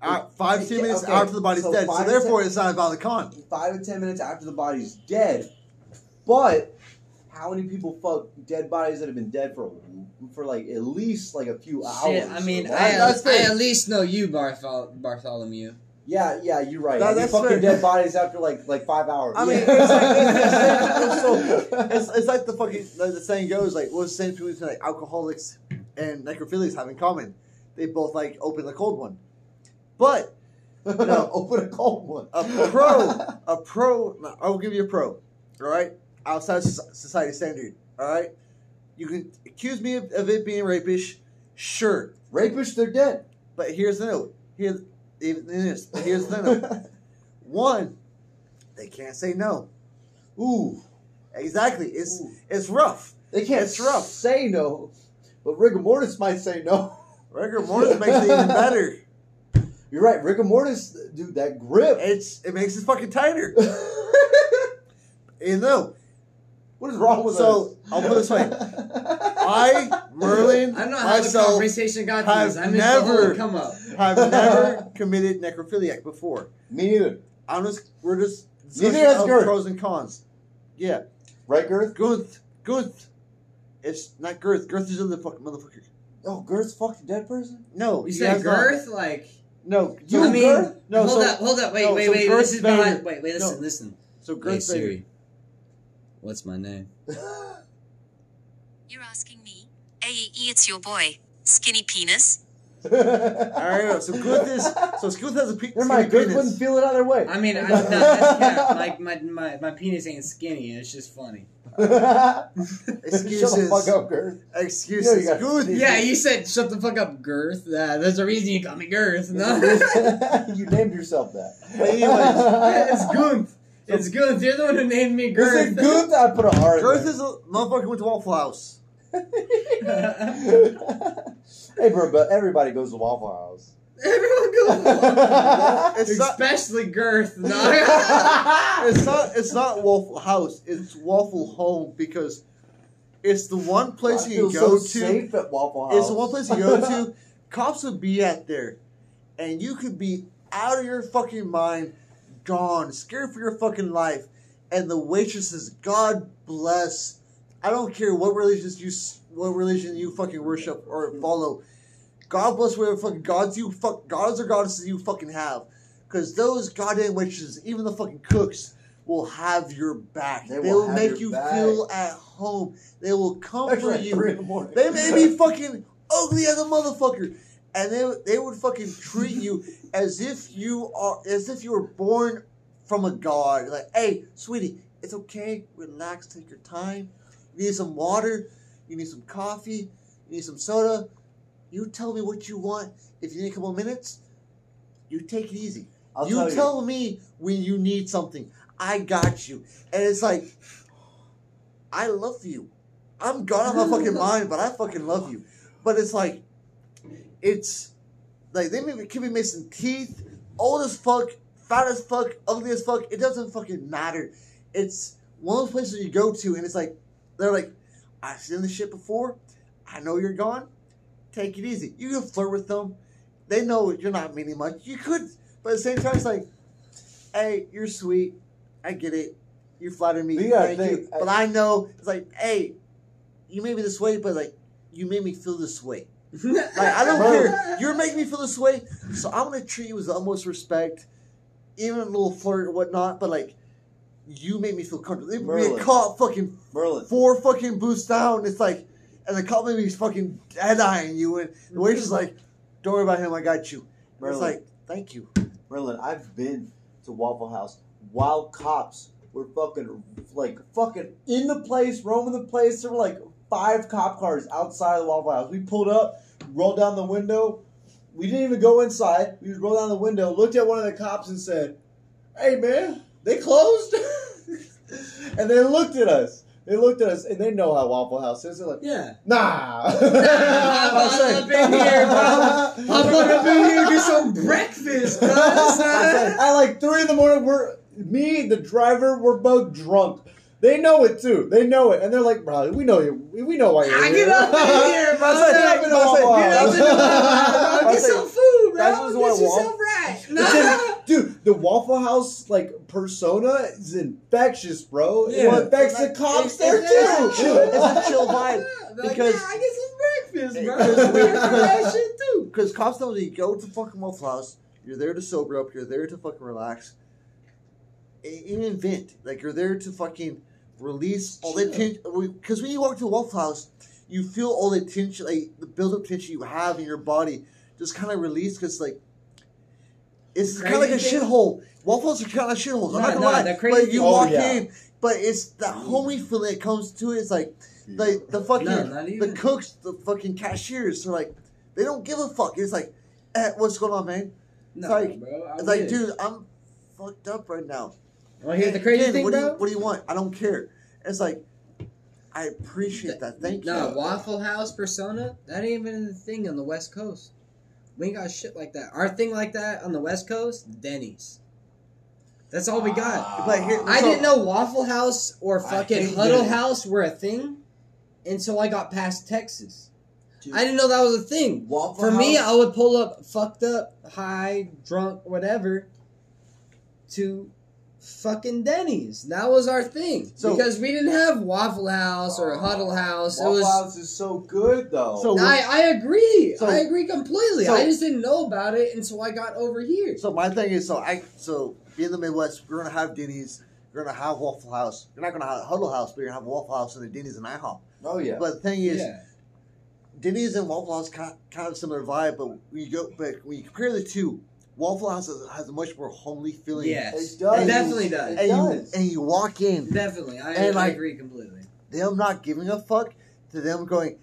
Uh, five to ten Yeah, minutes okay. after the body's So dead. So five to therefore ten- it's not a valid con. Five to ten minutes after the body's dead, but how many people fuck dead bodies that have been dead for for like at least like a few hours? Shit, I mean, or I, more? that's I fair. at least know you, Barthol- Bartholomew. yeah, yeah, you're right. That- I mean, that's fucking fair. dead bodies after like like five hours. I mean, Yeah. it's like- *laughs* it's like- It's, it's like the fucking like the saying goes like what's the same between like alcoholics and necrophiliacs have in common? They both like open the cold one. But *laughs* no, open a cold one. a pro, a pro. I will give you a pro. All right, outside so- society standard. All right, you can accuse me of, of it being rapish, sure. *laughs* rapists, they're dead. But here's the note. Here, even in this. But here's *laughs* the *laughs* note. One, they can't say no. Ooh, Exactly. It's Ooh. it's rough. They can't It's rough. say no, but rigor mortis might say no. *laughs* Rigor mortis makes it even better. You're right, rigor mortis, dude, that *laughs* grip. It's it makes it fucking tighter. what You know. is wrong with us? So, I'll put it *laughs* this way. I, Merlin, I don't know how the myself conversation got to have this. I missed the never- whole come up. have never committed necrophiliac before. Me neither. I'm just we're just Neither discussing has of Girth. pros and cons. Yeah, Right, Girth? Girth, Girth. It's not Girth. Girth is another fucking motherfucker. Oh, Girth's fucked a dead *laughs* person? No, You he said has not. girth, like No, You so I mean, Girth? no. hold so, up, hold up, wait, no, wait, so wait. Girth This is Vader- behind. Wait, wait, listen, no. listen. So Girth Hey Vader. Siri, what's my name? You're asking me? Hey, it's your boy. Skinny penis? All right, so Girth is so Girth has a pe- Never mind, Girth penis. wouldn't feel it either way. I mean, I, no, that's *laughs* cap. Like my, my my penis ain't skinny. It's just funny. *laughs* *laughs* Shut the Excuses. fuck up, Girth. Excuses. You know you got- Girth. Yeah, you said shut the fuck up, girth. That there's a reason you got me girth. *laughs* No, *laughs* you named yourself that. *laughs* But anyways, it's Goonth. It's Goonth. You're the one who named me Is girth. it Girth? I put an R in Girth there. is a motherfucker went to Waffle House. *laughs* hey, bro, but everybody goes to Waffle *laughs* House. *laughs* Everyone goes. It's not. Especially *laughs* girth. No. *laughs* It's not. It's not Waffle House. It's Waffle Home because it's the one place I you feel can go so to. safe at Waffle House. It's the one place you *laughs* go to. Cops would be at there, and you could be out of your fucking mind, gone, scared for your fucking life, and the waitresses, God bless. I don't care what religions you s- what religion you fucking worship or follow. God bless whatever fucking gods you fuck gods or goddesses you fucking have, because those goddamn waitresses, even the fucking cooks, will have your back. They They, will will, have make your you back. feel at home. They will comfort Especially at you. three in the morning. They may be fucking ugly as a motherfucker, and they they would fucking treat you as if you are as if you were born from a god. Like, hey, sweetie, it's okay. Relax. Take your time. You need some water. You need some coffee. You need some soda. You tell me what you want. If you need a couple minutes, you take it easy. *laughs* I'll you tell tell, you. me when you need something. I got you. And it's like, I love you. I'm gone out *laughs* of my fucking mind, but I fucking love you. But it's like, it's like they may be, could be missing teeth, old as fuck, fat as fuck, ugly as fuck. It doesn't fucking matter. It's one of those places you go to, and it's like they're like, I've seen this shit before. I know you're gone. Take it easy. You can flirt with them. They know you're not meaning much. You could, but at the same time, it's like, hey, you're sweet. I get it. You flatter me. But you gotta Thank you. think- But I know it's like, hey, you made me this way, but like, you made me feel this way. Like I don't Bro. care. You're making me feel this way, so I'm gonna treat you with the utmost respect, even a little flirt or whatnot. But like, you made me feel comfortable. It would be a Merlin. cop fucking Merlin. four fucking boots down. It's like, and the cop made me fucking dead eyeing you, and the waitress is like, "Don't worry about him. I got you." And it's Merlin. like, thank you. Merlin, I've been to Waffle House while cops were fucking like fucking in the place, roaming the place. There were like five cop cars outside the Waffle House. We pulled up, rolled down the window. We didn't even go inside. We just rolled down the window, looked at one of the cops, and said, "Hey, man, they closed." *laughs* and they looked at us. They looked at us, and they know how Waffle House is. They're like, yeah. "Nah, *laughs* hop up in *laughs* here, bro. Hop on up in here and get *laughs* some breakfast, bro. I at like three in the morning, we're me, and the driver, we're both drunk. They know it too. They know it, and they're like, "Bro, we know you. We we know why you're I here." get up *laughs* *laughs* in here, bro. I said, "Get up in the Waffle Get up House." in *laughs* the bar, bro. I Get said, some food, bro. that's just what I Get yourself want. *laughs* right. But Nah. then, dude, the Waffle House like persona is infectious, bro. Yeah. It infects the It's- cops it's- there too. it's a chill- it's a *laughs* *laughs* chill vibe Like, because- yeah, I *laughs* get some breakfast, bro. Because *laughs* we- We're for that shit too. because cops know that you go to fucking Waffle House, you're there to sober up, you're there to fucking relax, e- even vent. Like you're there to fucking release all the tension. Because when you walk to Waffle House, you feel all the tension, like the build-up tension you have in your body, just kind of release. Because like it's kind of like a Crazy thing- shithole. Waffle House are kind of shitholes. I'm No, not gonna no, lie, the crazy but thing- you Oh, walk yeah. in, but it's the homey feeling that comes to it. It's like like the fucking No, not the even. cooks, the fucking cashiers, they're like they don't give a fuck. It's like, eh, what's going on, man? No, like- bro. I It's like, would. dude, I'm fucked up right now. Wanna hear the crazy Ken, thing, what Do bro? you, what do you want? I don't care. It's like, I appreciate that. Thank No, you. Waffle House persona, that ain't even a thing on the West Coast. We ain't got shit like that. Our thing like that on the West Coast, Denny's. That's all we got. But here, I so- didn't know Waffle House or fucking hate Huddle Denny's. House were a thing until I got past Texas. Dude. I didn't know that was a thing. Waffle For me, House- I would pull up fucked up, high, drunk, whatever, to fucking Denny's. That was our thing. So- because we didn't have Waffle House or Huddle House. Waffle it was House is so good though. So- I, I agree. So- I agree completely. so- I just didn't know about it until I got over here. So my thing is, so I, so being in the Midwest, we're gonna have Denny's, you're gonna have Waffle House, you're not gonna have Huddle House, but you're gonna have Waffle House and a Denny's and IHOP. oh yeah, But the thing is, Yeah. Denny's and Waffle House kind kind of similar vibe, but when you go, but when you compare the two, Waffle House has, has a much more homely feeling. it Yes. does. It definitely does. It and does. you and you walk in, Definitely. I, And, I like- agree completely. them not giving a fuck to them going,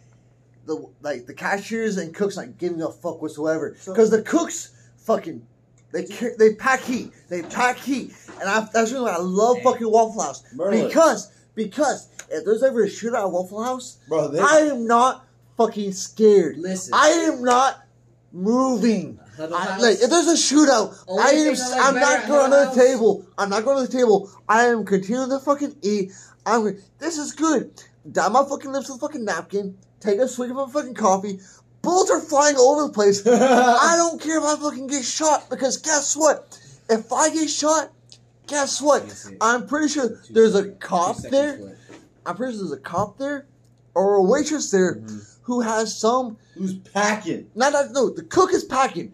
the like the cashiers and cooks not giving a fuck whatsoever So- because the cooks fucking. They, ca- they pack heat. They pack heat, and I, that's really why I love fucking Waffle House Merlin. because because if there's ever a shootout at Waffle House, bro. They, I am not fucking scared. Listen. I am not moving. Huddle I- House. like if there's a shootout, Only I thing am. I like I'm better not at going Huddle to the House- table. I'm not going to the table. I am continuing to fucking eat. I'm. This is good. Dab my fucking lips with a fucking napkin. Take a swig of my fucking coffee. Bullets are flying all over the *laughs* place. I don't care if I fucking get shot because guess what? If I get shot, guess what? I'm pretty sure there's a cop there. I'm pretty sure there's a cop there or a waitress there who has some. Who's packing? Not, not no. The cook is packing.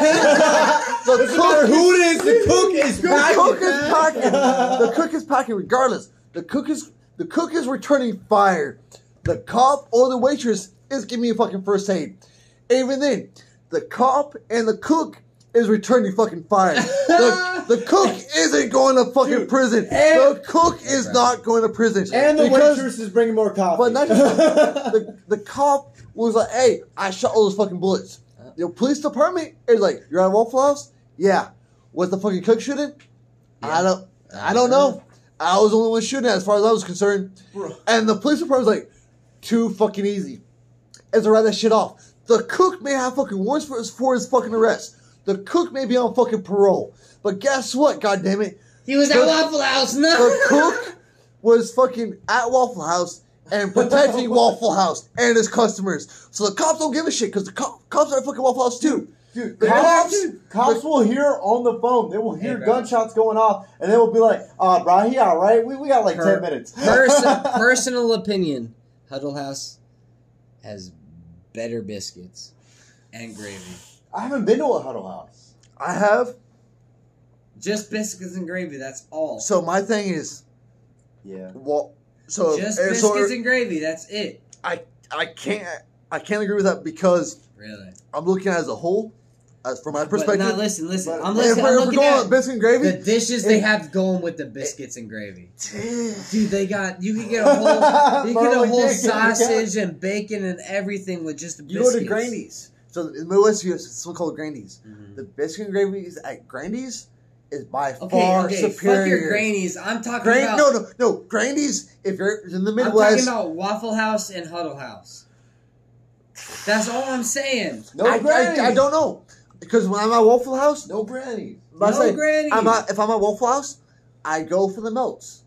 *laughs* The Doesn't matter who it is, the cook is The packing. cook is packing. *laughs* The cook is packing. Regardless, the cook is the cook is returning fire. The cop or the waitress is giving me fucking first aid. Even then, the cop and the cook is returning fucking fire. *laughs* The, the cook isn't going to fucking Dude, prison. and- the cook is not going to prison. and the Because waitress is bringing more coffee. But not just the, the cop was like, hey, I shot all those fucking bullets. The police department is like, you're on Waffle House? Yeah. Was the fucking cook shooting? I don't I don't know. I was the only one shooting as far as I was concerned. Bro. And the police department was like, too fucking easy. And to write that shit off. The cook may have fucking warrants for his, for his fucking arrest. The cook may be on fucking parole. But guess what, God damn it? He was at The- Waffle House. No. the cook was fucking at Waffle House and *laughs* protecting Waffle House and his customers. So the cops don't give a shit because the cop, cops are at fucking Waffle House too. Dude, The cops, cops- cops will hear on the phone. They will hear gunshots going off, and they will be like, "Uh, bro, he all right? We, we got like Per- ten minutes." *laughs* *laughs* Person, personal opinion: Huddle House has better biscuits and gravy. I haven't been to a huddle house. I have. Just biscuits and gravy. That's all. So my thing is, Yeah, well, so, Just and biscuits so and gravy. That's it. I I can't I can't agree with that because Really? I'm looking at it as a whole, as from my But perspective. now listen, listen. But- I'm And if listening. we're, I'm if we're looking going at on biscuit and gravy, The dishes they It- have going with the biscuits and gravy. Dude, they got you could get a *laughs* whole you could get a Marlon whole Jenkins, yeah. sausage and bacon and everything with just the you biscuits. go to Grandy's. So in the Midwest, you have something called Grandy's. The biscuit and gravy is at Grandy's is by Mm-hmm. Okay, far okay, superior. fuck your grannies. I'm talking Gran- about no, no, no. Grandy's, if you're in the I'm Midwest, talking about Waffle House and Huddle House. That's all I'm saying. no I, grannies. I, I don't know. Because when I'm at Waffle House, No grannies. I No say, grannies. I'm at, if I'm at Waffle House, I go for the melts.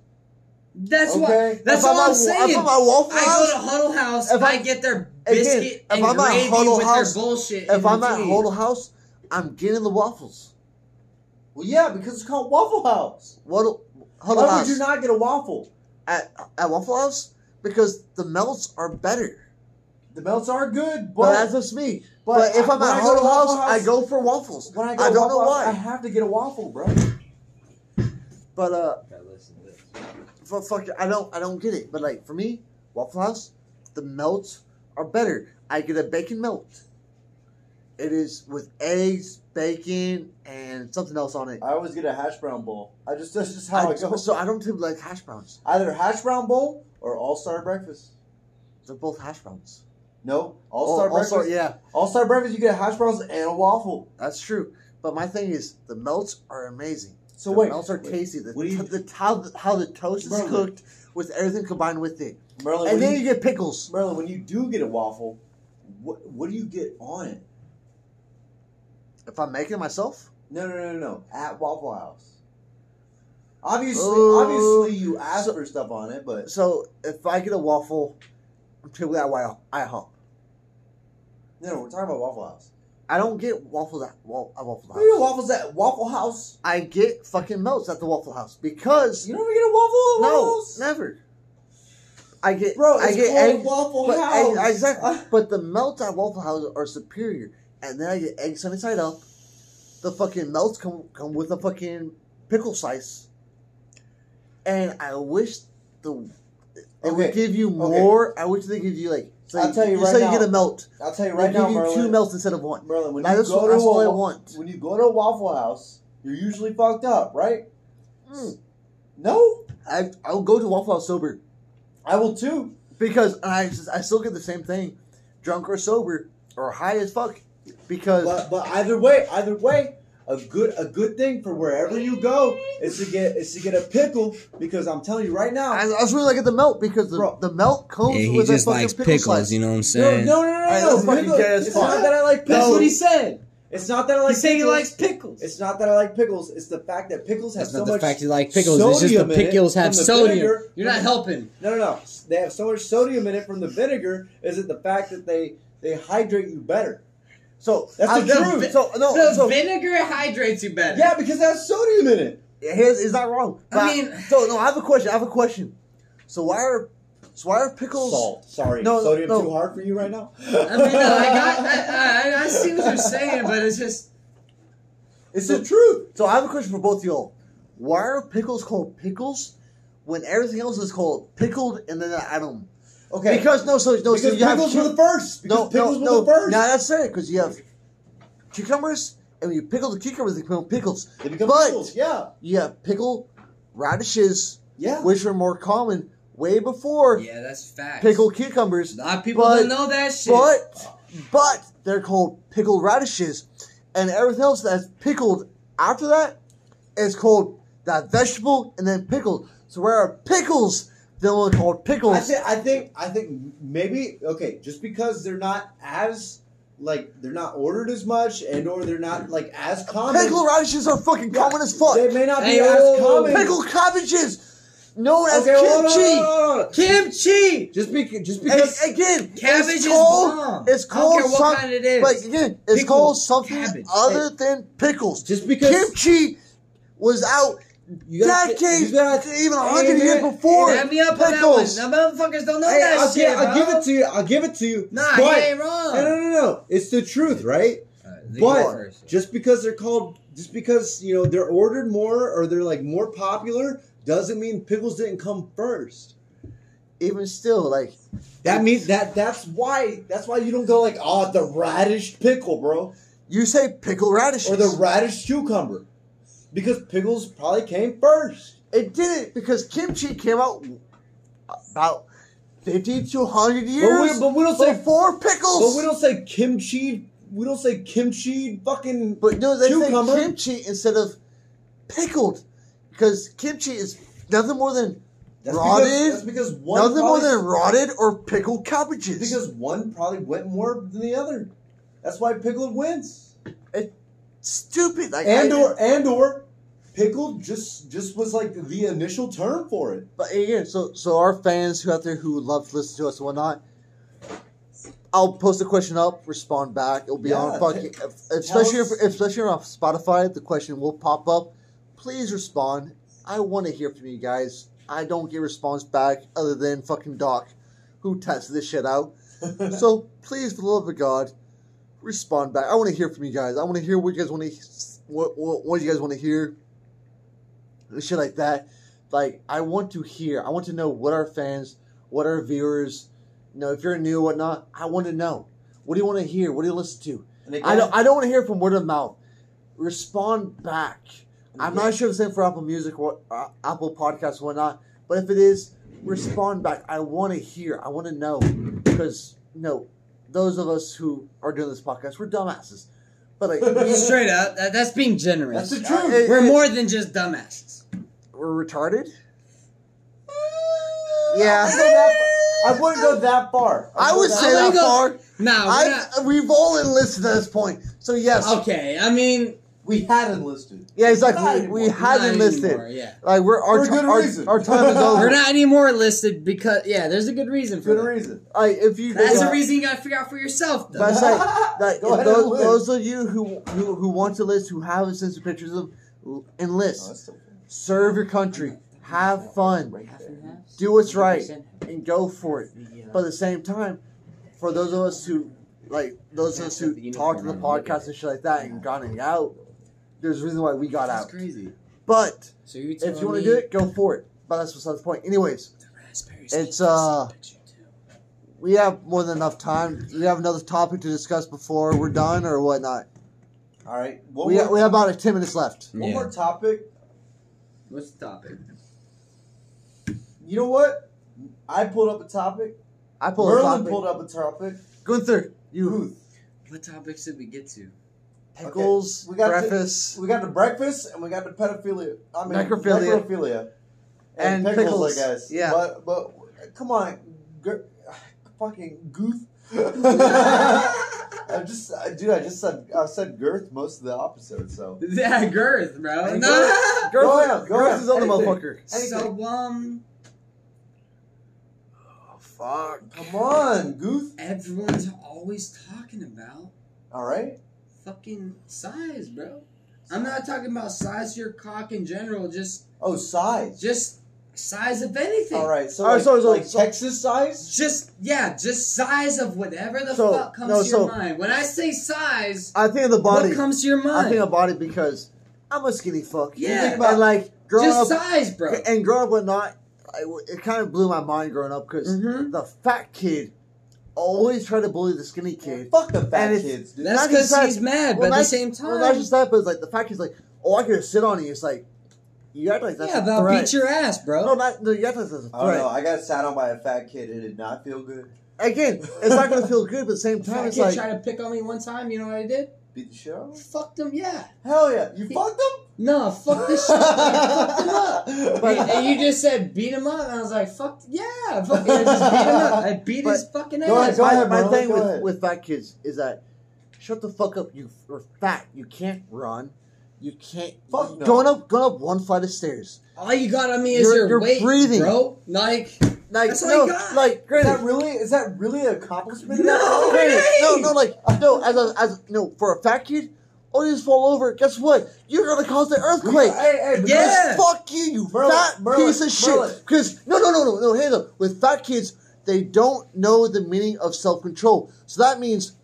That's Okay. what. That's if all I'm I'm at, If saying. I'm at Waffle I House, go to Huddle House. If I I'm- get their again, biscuit if and I'm at gravy Huddle with House- their bullshit. if in I'm at between. Huddle House, I'm getting the waffles. Well, yeah, because it's called Waffle House. Waddle, Huddle Why House. would you not get a waffle? at, at Waffle House? Because the melts are better. The melts are good, But, that's but, just me. but But, if I- I'm when at I go to Huddle House, Waffle House- I go for waffles. when I I, go, to don't know Waffle House, why. I have to get a waffle, bro. But uh, fuck, fuck, I don't, I don't get it. But like for me, Waffle House, the melts are better. I get a bacon melt. It is with eggs, bacon, and something else on it. I always get a hash brown bowl. I just that's just how I, I, go. so I don't typically like hash browns. Either hash brown bowl or all star breakfast. They're both hash browns. No, all star Oh, breakfast. also, yeah, All star breakfast. You get hash browns and a waffle. that's true. But my thing is, the melts are amazing. So the wait, melts are wait, tasty. The, what do you- the, how, the, how the toast is Bro, wait. cooked with everything combined with it, Merlin. when and then you- you get pickles. Merlin, when you do get a waffle, what what do you get on it? If I'm making it myself, No, no, no, no, no. At Waffle House. Obviously, Oh. obviously, you ask So- for stuff on it, but so if I get a waffle, I'm typically at IHOP. no, no, we're talking about Waffle House. I don't get waffles at, wa- at Waffle Where do you get House. waffles at Waffle House? I get fucking melts at the Waffle House because You never get a waffle at Waffle no, House? never. I get Bro, it's I get called egg- Waffle but House. egg- exactly. Uh. but the melts at Waffle House are superior, and then I get eggs sunny side up. The fucking melts come come with a fucking pickle slice, and I wish the they Okay, would give you more. I wish they give you like so I'll you, tell you so right now, you get a melt. *laughs* I'll tell you They right now, give you Merlin. two melts instead of one. Merlin, when Now, you that's go what- to that's a, what I wa- want. when you go to a Waffle House, you're usually fucked up, right? Mm. No, I I'll go to Waffle House sober. I will too. because and I just, I still get the same thing, drunk or sober or high as fuck, because But but either way, either way, a good a good thing for wherever you go is to get is to get a pickle because I'm telling you right now. I, I was really like at the melt because the, Bro. the melt comes Yeah, he with just a fucking likes pickle pickles, slice. you know what I'm no, no, saying? no, no, Hey, no. that's fucking pickle- gay as it's fuck. not that I like That's pickles. what he said. It's not that I like he said he pickles. likes pickles. It's not that I like pickles. It's the fact that pickles have That's so not the much. fact you like pickles. It's just sodium the in it pickles have from the sodium. vinegar. You're not helping. No, no, no. They have so much sodium in it from the vinegar. Is it the fact that they they hydrate you better? So that's I'm the the truth. vi- so no, The so, vinegar hydrates you better. *laughs* yeah, because it has sodium in it. His is not wrong. I But mean- so no, I have a question. I have a question. So why are so why are pickles? Salt. Sorry, No, sodium no. too hard for you right now. I mean, no, I got. I, I, I see what you're saying, but it's just *laughs* It's the truth. So I have a question for both y'all. Why are pickles called pickles when everything else is called pickled and then an item? Okay, Because no, so no, Because so you have pickles two- were the first. Because no, pickles no, no, were the first. Now that's fair because you have cucumbers, and when you pickle the cucumbers, they become pickles. they become but pickles. Yeah, you have pickle radishes, yeah. which were more common way before yeah, that's fact. pickled cucumbers. A lot of people but- don't know that shit. But but they're called pickled radishes, and everything else that's pickled after that is called that vegetable and then pickled. So where are pickles? They're only called pickles. I, thi- I think I think maybe okay, just because they're not as like they're not ordered as much, and or they're not like as common. Pickled radishes are fucking common as fuck. They may not be Hey, as whoa, whoa, common. whoa. Pickled cabbages, known as okay, hold on, kimchi. hold on, hold on. kimchi. Just because, just And because. again, Cabbage it's is called, bomb. It's I don't called care what some- kind it is. But again, it's Pickle, called something cabbage. other than pickles. Just because- kimchi was out You gotta- decades, you gotta- even a Hey, hundred years man. before. Have me up pickles. on that one. The motherfuckers don't know Hey, that I'll, shit. gi- I'll bro. give it to you. I'll give it to you. Nah, but, he ain't wrong. No, no, no, no. It's the truth, right? Alright, leave it But first. just because they're called, just because you know they're ordered more or they're like more popular, doesn't mean pickles didn't come first. even still, like That means that that's why that's why you don't go like oh the radish pickle, bro, you say, pickle radishes, or the radish cucumber, because pickles probably came first. it didn't because kimchi came out about fifty to hundred But years we, but we don't say before pickles. but we don't say kimchi. We don't say kimchi. Fucking But no, they Cucumber? say kimchi instead of pickled because kimchi is nothing more than that's rotted. Because, that's because one nothing probably- more than rotted or pickled cabbages. because one probably went more than the other. That's why pickled wins. stupid. Like, and I- or and or pickled just just was like the initial term for it. but yeah. So so our fans who out there who love to listen to us and whatnot. I'll post a question up, respond back. It'll be Yeah, on fucking, tell- especially if, us. especially on Spotify. The question will pop up. Please respond. I want to hear from you guys. I don't get response back other than fucking Doc, who tested this *laughs* shit out. so please, for the love of God, respond back. I want to hear from you guys. I want to hear what you guys want to what what, what you guys want to hear. and Shit like that. Like I want to hear. I want to know what our fans, what our viewers. You know, if you're new, or whatnot. I want to know. What do you want to hear? What do you listen to? And again, I don't. I don't want to hear from word of mouth. Respond back. I'm not sure if it's in for Apple Music or uh, Apple Podcasts or whatnot, but if it is, respond back. I want to hear. I want to know because you know, those of us who are doing this podcast, we're dumbasses. *laughs* But like, we- uh, Straight up, that, that's being generous. that's the I- truth. We're I- more than just dumbasses. We're retarded. Yeah, I wouldn't go that far. I would say I'm gonna that go- far. Nah, Uh, we're I we've all enlisted at this point, so yes, not, okay. I mean, we had enlisted. yeah, exactly. Not We, we anymore. had not enlisted. anymore, yeah, Like we're our For a good our, reason. our *laughs* time is over. we're not anymore listed because yeah, there's a good reason for Good that. reason. Like, if you That's go- the reason you gotta figure out for yourself. Though. That's like *laughs* that, Go ahead and those, enlist. those of you who, who who want to list, who haven't sent some pictures of, enlist. Oh, that's so- Serve your country. Have fun. right there. Do what's right, and go for it. But at the same time, for those of us who like those of us who talked to the podcast and shit like that and got it out, there's a reason why we got out. crazy. But So you're telling if you want me to do it, go for it. But that's besides the point. Anyways, it's raspberries make this uh. picture too. we have more than enough time. We have another topic to discuss before we're done or whatnot. All right. One, We, more, we have about ten minutes left. one Yeah. more topic. What's the topic? You know what? I pulled up a topic. I pulled Merlin a topic. pulled up a topic. Gunther, you Ruth. What topics did we get to? *laughs* pickles, we got to- breakfast, We got the breakfast and we got the pedophilia. I mean, Necrophilia. necrophilia. And pickles. I guess. Yeah. But, but come on, gir- fucking *laughs* goof. I just, I, dude, I just said, I said girth most of the episode. So Yeah, girth, bro. And No. girth, Go ahead, go girth ahead. is on the Anything. motherfucker. *laughs* So um, Oh, fuck. Oh, come on, goof. everyone's always talking about All right. Fucking size, bro. I'm not talking about size of your cock in general. Just Oh, size. just size of anything. All right. So, All right, like, so- so- like so- Texas size. Just yeah, just size of whatever the So, fuck comes no, to your so- mind. When I say size, I think of the body. what comes to your mind? I think of body because I'm a skinny fuck. Yeah. Think about- and like growing just up size, bro. and growing up with not, I, it kind of blew my mind growing up because Mhm. the fat kid always tried to bully the skinny kid. Fuck the fat And it's- kids, dude. That's not just because that- he's mad, but Well, at the not- same time, well, not just that, but it's like the fact is like, oh, I could sit on you. It's like you act like that's yeah, a they'll threat. beat your ass, bro. no, not, no, you act like that's a I don't threat. know. I got sat on by a fat kid. It did not feel good. Again, it's not gonna feel good, but at the same *laughs* Fat time, it's kid like tried to pick on me one time. You know what I did? Beat the shit out of him? Fucked him. Yeah. Hell yeah. You fucked them? No, *laughs* fuck *laughs* this shit. I fucked *laughs* him up. But- and you just said beat him up, and I was like, "Fuck yeah, fucking I just beat him up. *laughs* I beat his fucking Go ahead, ass." go my, ahead, my Marlon, thing go with, ahead. with fat kids is that shut the fuck up. You are fat. You can't run. You can't. Fuck no. Going up, going up one flight of stairs. All you got on me is You're- your you're weight, breathing. bro. Like, Like That's all no, you got. like is granted, that really? Is that really an accomplishment? No granted, way. no, no, like uh, no. As a, as a- no for a fat kid, oh, you just fall over. Guess what? You're gonna cause the earthquake. Hey, hey, Yeah. Yes, fuck you, you Merlin, fat Merlin, piece of Merlin. shit. Because no, no, no, no, no. Hands up. With fat kids, they don't know the meaning of self control. So that means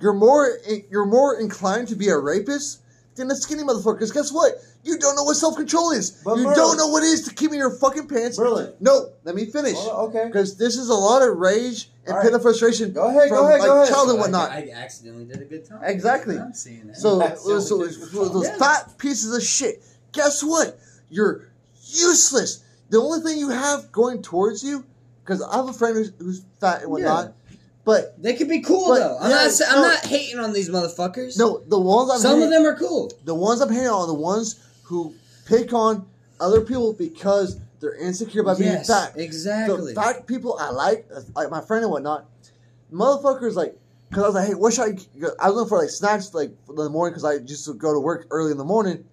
you're more you're more inclined to be a rapist than a skinny motherfucker. Because guess what? You don't know what self control is. But you Merlin- don't know what it is to keep in your fucking pants. Merlin. No, let me finish. Oh, okay. Because this is a lot of rage and All right. pent up frustration. Go ahead, from, go ahead, like, go ahead. Child and I- whatnot. I, accidentally did a good time. Exactly. I'm seeing that. So, That's so, the so only it's- thing we those Yeah. fat pieces of shit. Guess what? You're useless. The only thing you have going towards you, because I have a friend who's, who's fat and whatnot, but they could be cool But- though. I'm yeah, not. sa- I'm no. not hating on these motherfuckers. no, the ones I'm some hating, of them are cool. the ones I'm hating on, are the ones who pick on other people because they're insecure about being Yes, fat. exactly. The fat people I like, uh, like my friend and whatnot, motherfuckers like, cause I was like, hey, what should I? g- I was looking for like snacks like in the morning, cause I used to go to work early in the morning,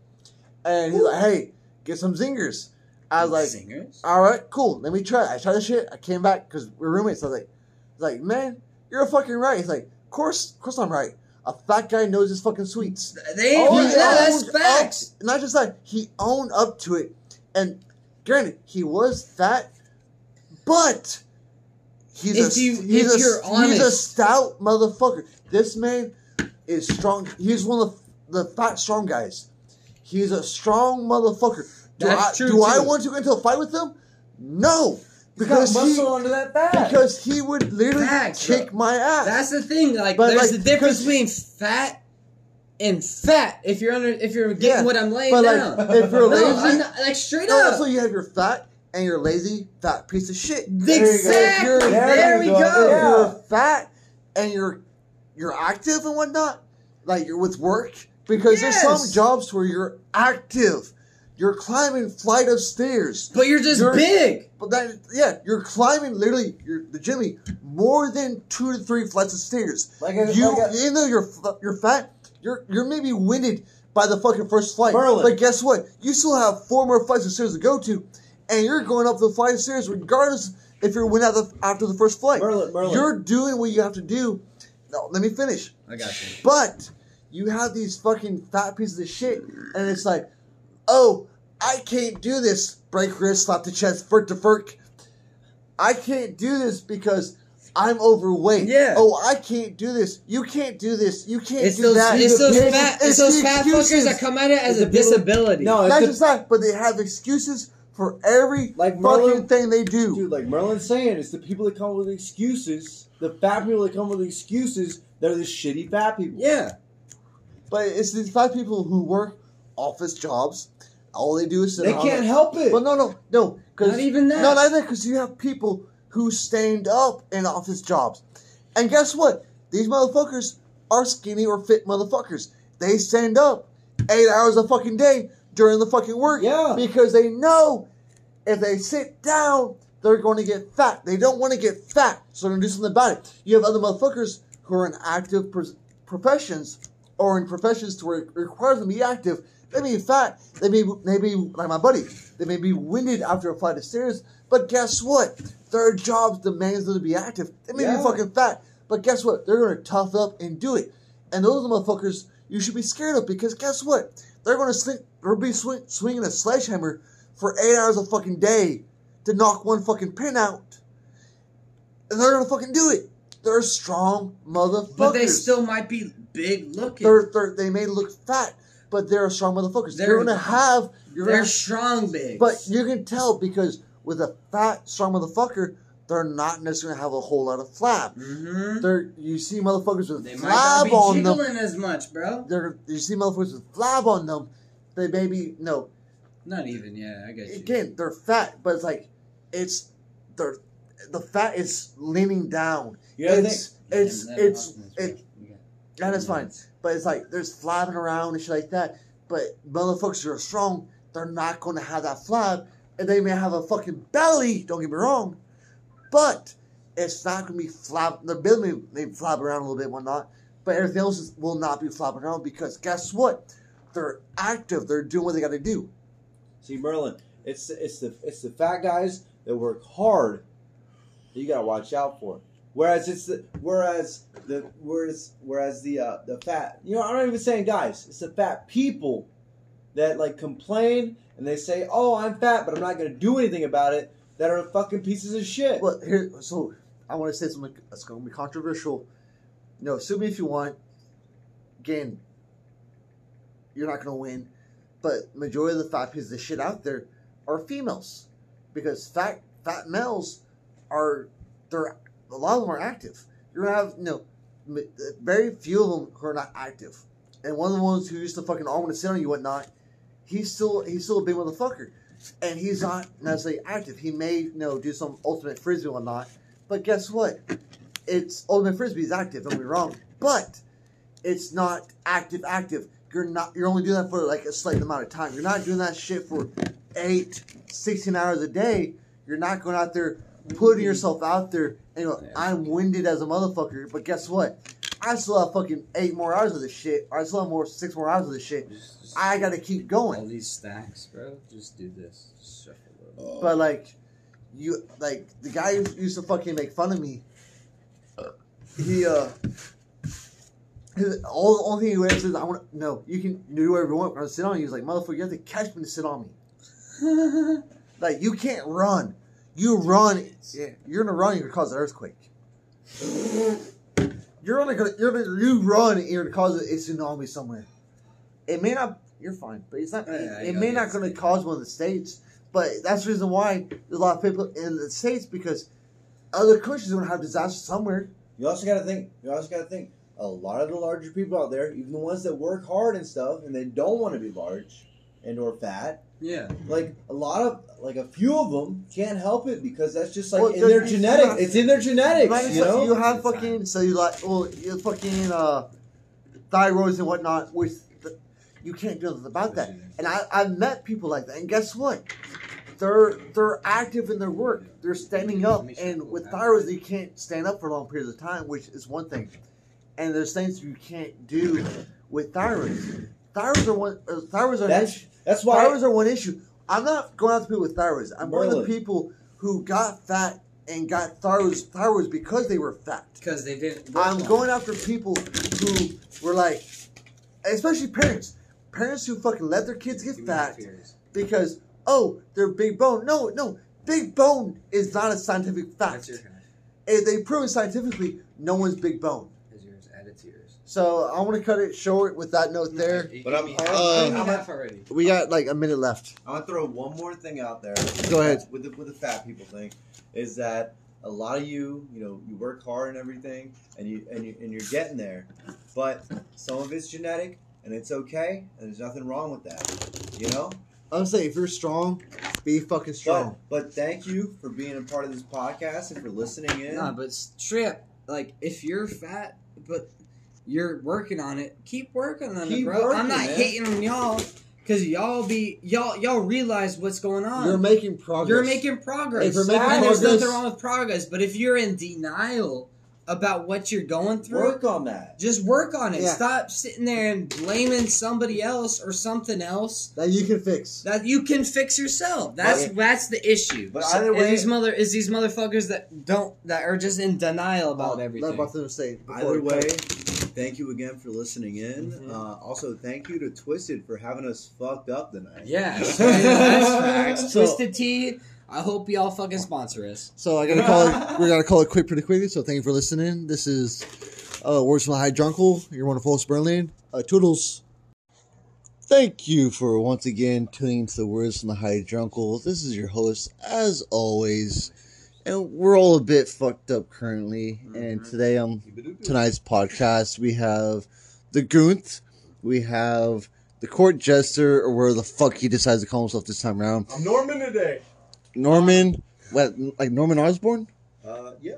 and he's like, hey, get some zingers. I was like, singers. all right, cool, let me try. it. I tried the shit. I came back cause we're roommates. I was like, he's like man, you're fucking right. He's like, of course, of course I'm right. A fat guy knows his fucking sweets. They ain't. He Oh, yeah, that's owned facts. up- not just that, he owned up to it. And granted, he was fat, but he's If a you- he's, if a, you're he's a honest. stout motherfucker. This man is strong. He's one of the, the fat strong guys. He's a strong motherfucker. Do That's I, true, Do I too. want to go into a fight with him? No, because muscle he under that fat. because he would literally Facts, bro. kick my ass. That's the thing. Like, But, there's like, a difference 'cause- between fat and fat. If you're under, if you're getting Yeah, what I'm laying but down. like if you're no, lazy, I'm not, like straight No, up. that's why you have your fat and your lazy fat piece of shit. Exactly. If you're- There we go. If Yeah. you're fat and you're you're active and whatnot, like you're with work, because there's some Yes. jobs where you're active, you're climbing flight of stairs, But you're just You're- big. but that yeah, you're climbing literally, you're legitimately more than two to three flights of stairs. Like a- you, like a- even though you're f- you're fat, you're you're maybe winded by the fucking first flight. Merlin. But guess what? You still have four more flights of stairs to go to, and you're going up the flight of stairs regardless if you're winded after the, after the first flight. Merlin, Merlin. You're doing what you have to do. No, let me finish. I got you. But you have these fucking fat pieces of shit, and it's like, oh, I can't do this. Break wrist, slap the chest, furk to furk. I can't do this because I'm overweight. Yeah. Oh, I can't do this. You can't do this. You can't It's do those, that. it's those the- fat, it's the those fat fuckers excuses. that come at it as It's a the people- disability. No, Not it's just that, but they have excuses for every Like fucking Merlin- thing they do. Dude, like Merlin's saying, it's the people that come with excuses, the fat people that come with excuses, they're the shitty fat people. yeah, But it's these fat people who work office jobs. All they do is sit They around can't help it. Well, no, no, no. 'cause- Not even that. No, not even because you have people who stand up in office jobs, and guess what? These motherfuckers are skinny or fit motherfuckers. They stand up eight hours a fucking day during the fucking work. Yeah. Because they know if they sit down, they're going to get fat. They don't want to get fat, so they're going to do something about it. You have other motherfuckers who are in active pr- professions or in professions to where it requires them to be active. They may be fat. They may, they may like my buddy, they may be winded after a flight of stairs, but guess what? Their job demands them to be active. They may Yeah. be fucking fat, but guess what? They're going to tough up and do it. And those are the motherfuckers you should be scared of because guess what? They're going to sling, they'll be swing, swinging a sledgehammer for eight hours a fucking day to knock one fucking pin out. And they're going to fucking do it. They're strong motherfuckers. But they still might be big looking. They're, they're, they may look fat, but they're strong motherfuckers. They're, They're- going to have. You're They're gonna, strong bigs. but you can tell because with a fat, strong motherfucker, they're not necessarily going to have a whole lot of flab. hmm They're, you see motherfuckers with they might not flab be on them. jiggling as much, bro. They're, you see motherfuckers with flab on them. They maybe, no, Not even. Yeah, I get you. again, they're fat, but it's like, it's, they're, the fat is leaning down. You know, it's, it's, Damn, that it's, awesomeness, bro. it, You got- that is fine. But it's like, there's flabbing around and shit like that. But motherfuckers who are strong, they're not going to have that flab. And they may have a fucking belly, don't get me wrong. But it's not going to be flab. The belly may, may flab around a little bit and whatnot. But everything else is, will not be flabbing around because guess what? They're active. They're doing what they got to do. See, Merlin, it's it's the it's the fat guys that work hard that you gotta watch out for. Whereas it's the whereas the whereas whereas the uh, the fat you know I'm not even saying guys it's the fat people that like complain and they say oh I'm fat but I'm not gonna do anything about it that are fucking pieces of shit. Well, here, so I want to say something that's going to be controversial. No, sue me if you want. Again, you're not going to win, but majority of the fat pieces of shit out there are females because fat fat males are they're a lot of them are active. You're gonna have you know m- very few of them who are not active, and one of the ones who used to fucking all want to sit on you and whatnot, he's still he's still a big motherfucker and he's not necessarily active. He may you know do some ultimate frisbee or not, but guess what? It's ultimate frisbee is active. Don't be wrong, but it's not active. Active. You're not. You're only doing that for like a slight amount of time. You're not doing that shit for eight, 16 hours a day. You're not going out there putting yourself out there and go, I'm winded as a motherfucker. But guess what? I still have fucking eight more hours of this shit. Or I still have more six more hours of this shit. Just- just I gotta keep going. all these stacks, bro. Just do this. Just shuffle them. But like, you like the guy who used to fucking make fun of me. He uh, his, all the only thing he would say is, "I want no. You can do whatever you want, but I'm sit on you." He's like, "Motherfucker, you have to catch me to sit on me. *laughs* like you can't run. You run. Yeah, you're gonna run. You're gonna cause an earthquake. You're only gonna you're gonna you run. And you're gonna cause a tsunami somewhere. It may not. You're fine, but it's not. Oh, Yeah, yeah, I it got may it. not gonna cause one of the states. But that's the reason why there's a lot of people in the states because other countries are gonna have disasters somewhere. You also got to think. You also got to think. A lot of the larger people out there, even the ones that work hard and stuff, and they don't want to be large and or fat. Yeah. Like a lot of, like a few of them can't help it because that's just like Well, in they're- their it's genetics. not- it's in their Right, genetics, you so know. you have fucking so you like well you fucking uh, thyroids and whatnot, which the, you can't do nothing about that. And I I've met people like that, and guess what? They're they're active in their work. They're standing up, and with thyroids you can't stand up for long periods of time, which is one thing. And there's things you can't do with thyroids. Thyroids are one. Uh, thyroids are an That's- issue. That's why. Thyroids are one issue. I'm not going after people with thyroids. I'm going Merlin. to people who got fat and got thyroids, thyroids because they were fat. Because they didn't. work I'm on going after people who were like, especially parents, parents who fucking let their kids it. get Give me the fat fears. because oh they're big bone. No, no, big bone is not a scientific That's fact. your hash. If they prove it scientifically, no one's big bone. That's yours. Add it to yours. So I want to cut it short with that note there. You But give I'm- me- uh, give me I'm- half already. We got like a minute left. I want to throw one more thing out there. Go ahead. With the, with the fat people thing, is that a lot of you, you know, you work hard and everything, and you and you and you're getting there, but some of it's genetic, and it's okay, and there's nothing wrong with that, you know. I'm saying if you're strong, be fucking strong. But, but thank you for being a part of this podcast and for listening in. Nah, but strip. Like, if you're fat, but you're working on it, keep working on it, Keep bro. working, I'm not man. hating on y'all. Cause y'all be y'all y'all realize what's going on. You're making progress. You're making progress. If we're making and there's progress- nothing wrong with progress, but if you're in denial about what you're going through, Work on that. just work on it. Yeah. Stop sitting there and blaming somebody else or something else that you can fix. that you can fix yourself. That's But- that's the issue. but either is way- these mother is these motherfuckers that don't that are just in denial about Uh, everything. That Buffalo State. before Either we cut. way, Thank you again for listening in. Mhm. Uh, also, thank you to Twisted for having us fucked up tonight. *laughs* *laughs* Yeah, that's facts. So- Twisted Tea. I hope y'all fucking sponsor us. So I gotta call it. We're gonna call it quit pretty quickly. So thank you for listening. This is uh, Words from the High Drunkle. Your wonderful host Berlin. Uh, toodles. Thank you for once again tuning to the Words from the High Drunkle. This is your host, as always, and we're all a bit fucked up currently. And today on tonight's podcast, we have the Goonth, we have the Court Jester, or where the fuck he decides to call himself this time around. I'm Norman today. Norman, what like Norman Osborn? Uh, yeah.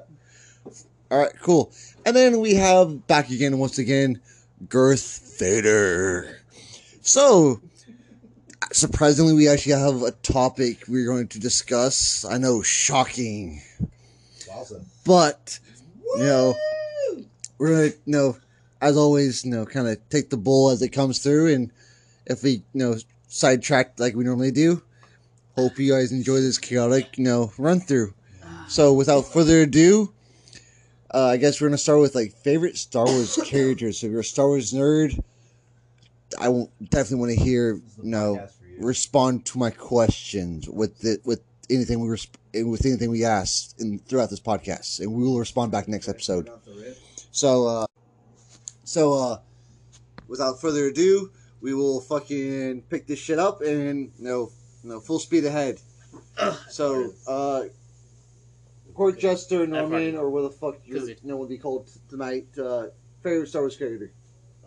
All right, cool. And then we have back again, once again, Girth Vader. So, surprisingly, we actually have a topic we're going to discuss. I know, shocking, Awesome. but you know, we're gonna, you know, as always, you know, kind of take the bull as it comes through, and if we, you know, sidetrack like we normally do, hope you guys enjoy this chaotic, you know, run through. So, without further ado, uh, I guess we're gonna start with like favorite Star Wars characters. So if you're a Star Wars nerd, I won't, definitely want to hear This is the you know podcast for you. respond to my questions with the, with anything we resp- with anything we asked in, throughout this podcast, and we will respond back next episode. Off the rip. So, uh, so uh, without further ado, we will fucking pick this shit up and you know, you know full speed ahead. So, uh, Court Jester Norman, or what the fuck you you know would be called t- tonight, uh, favorite Star Wars character.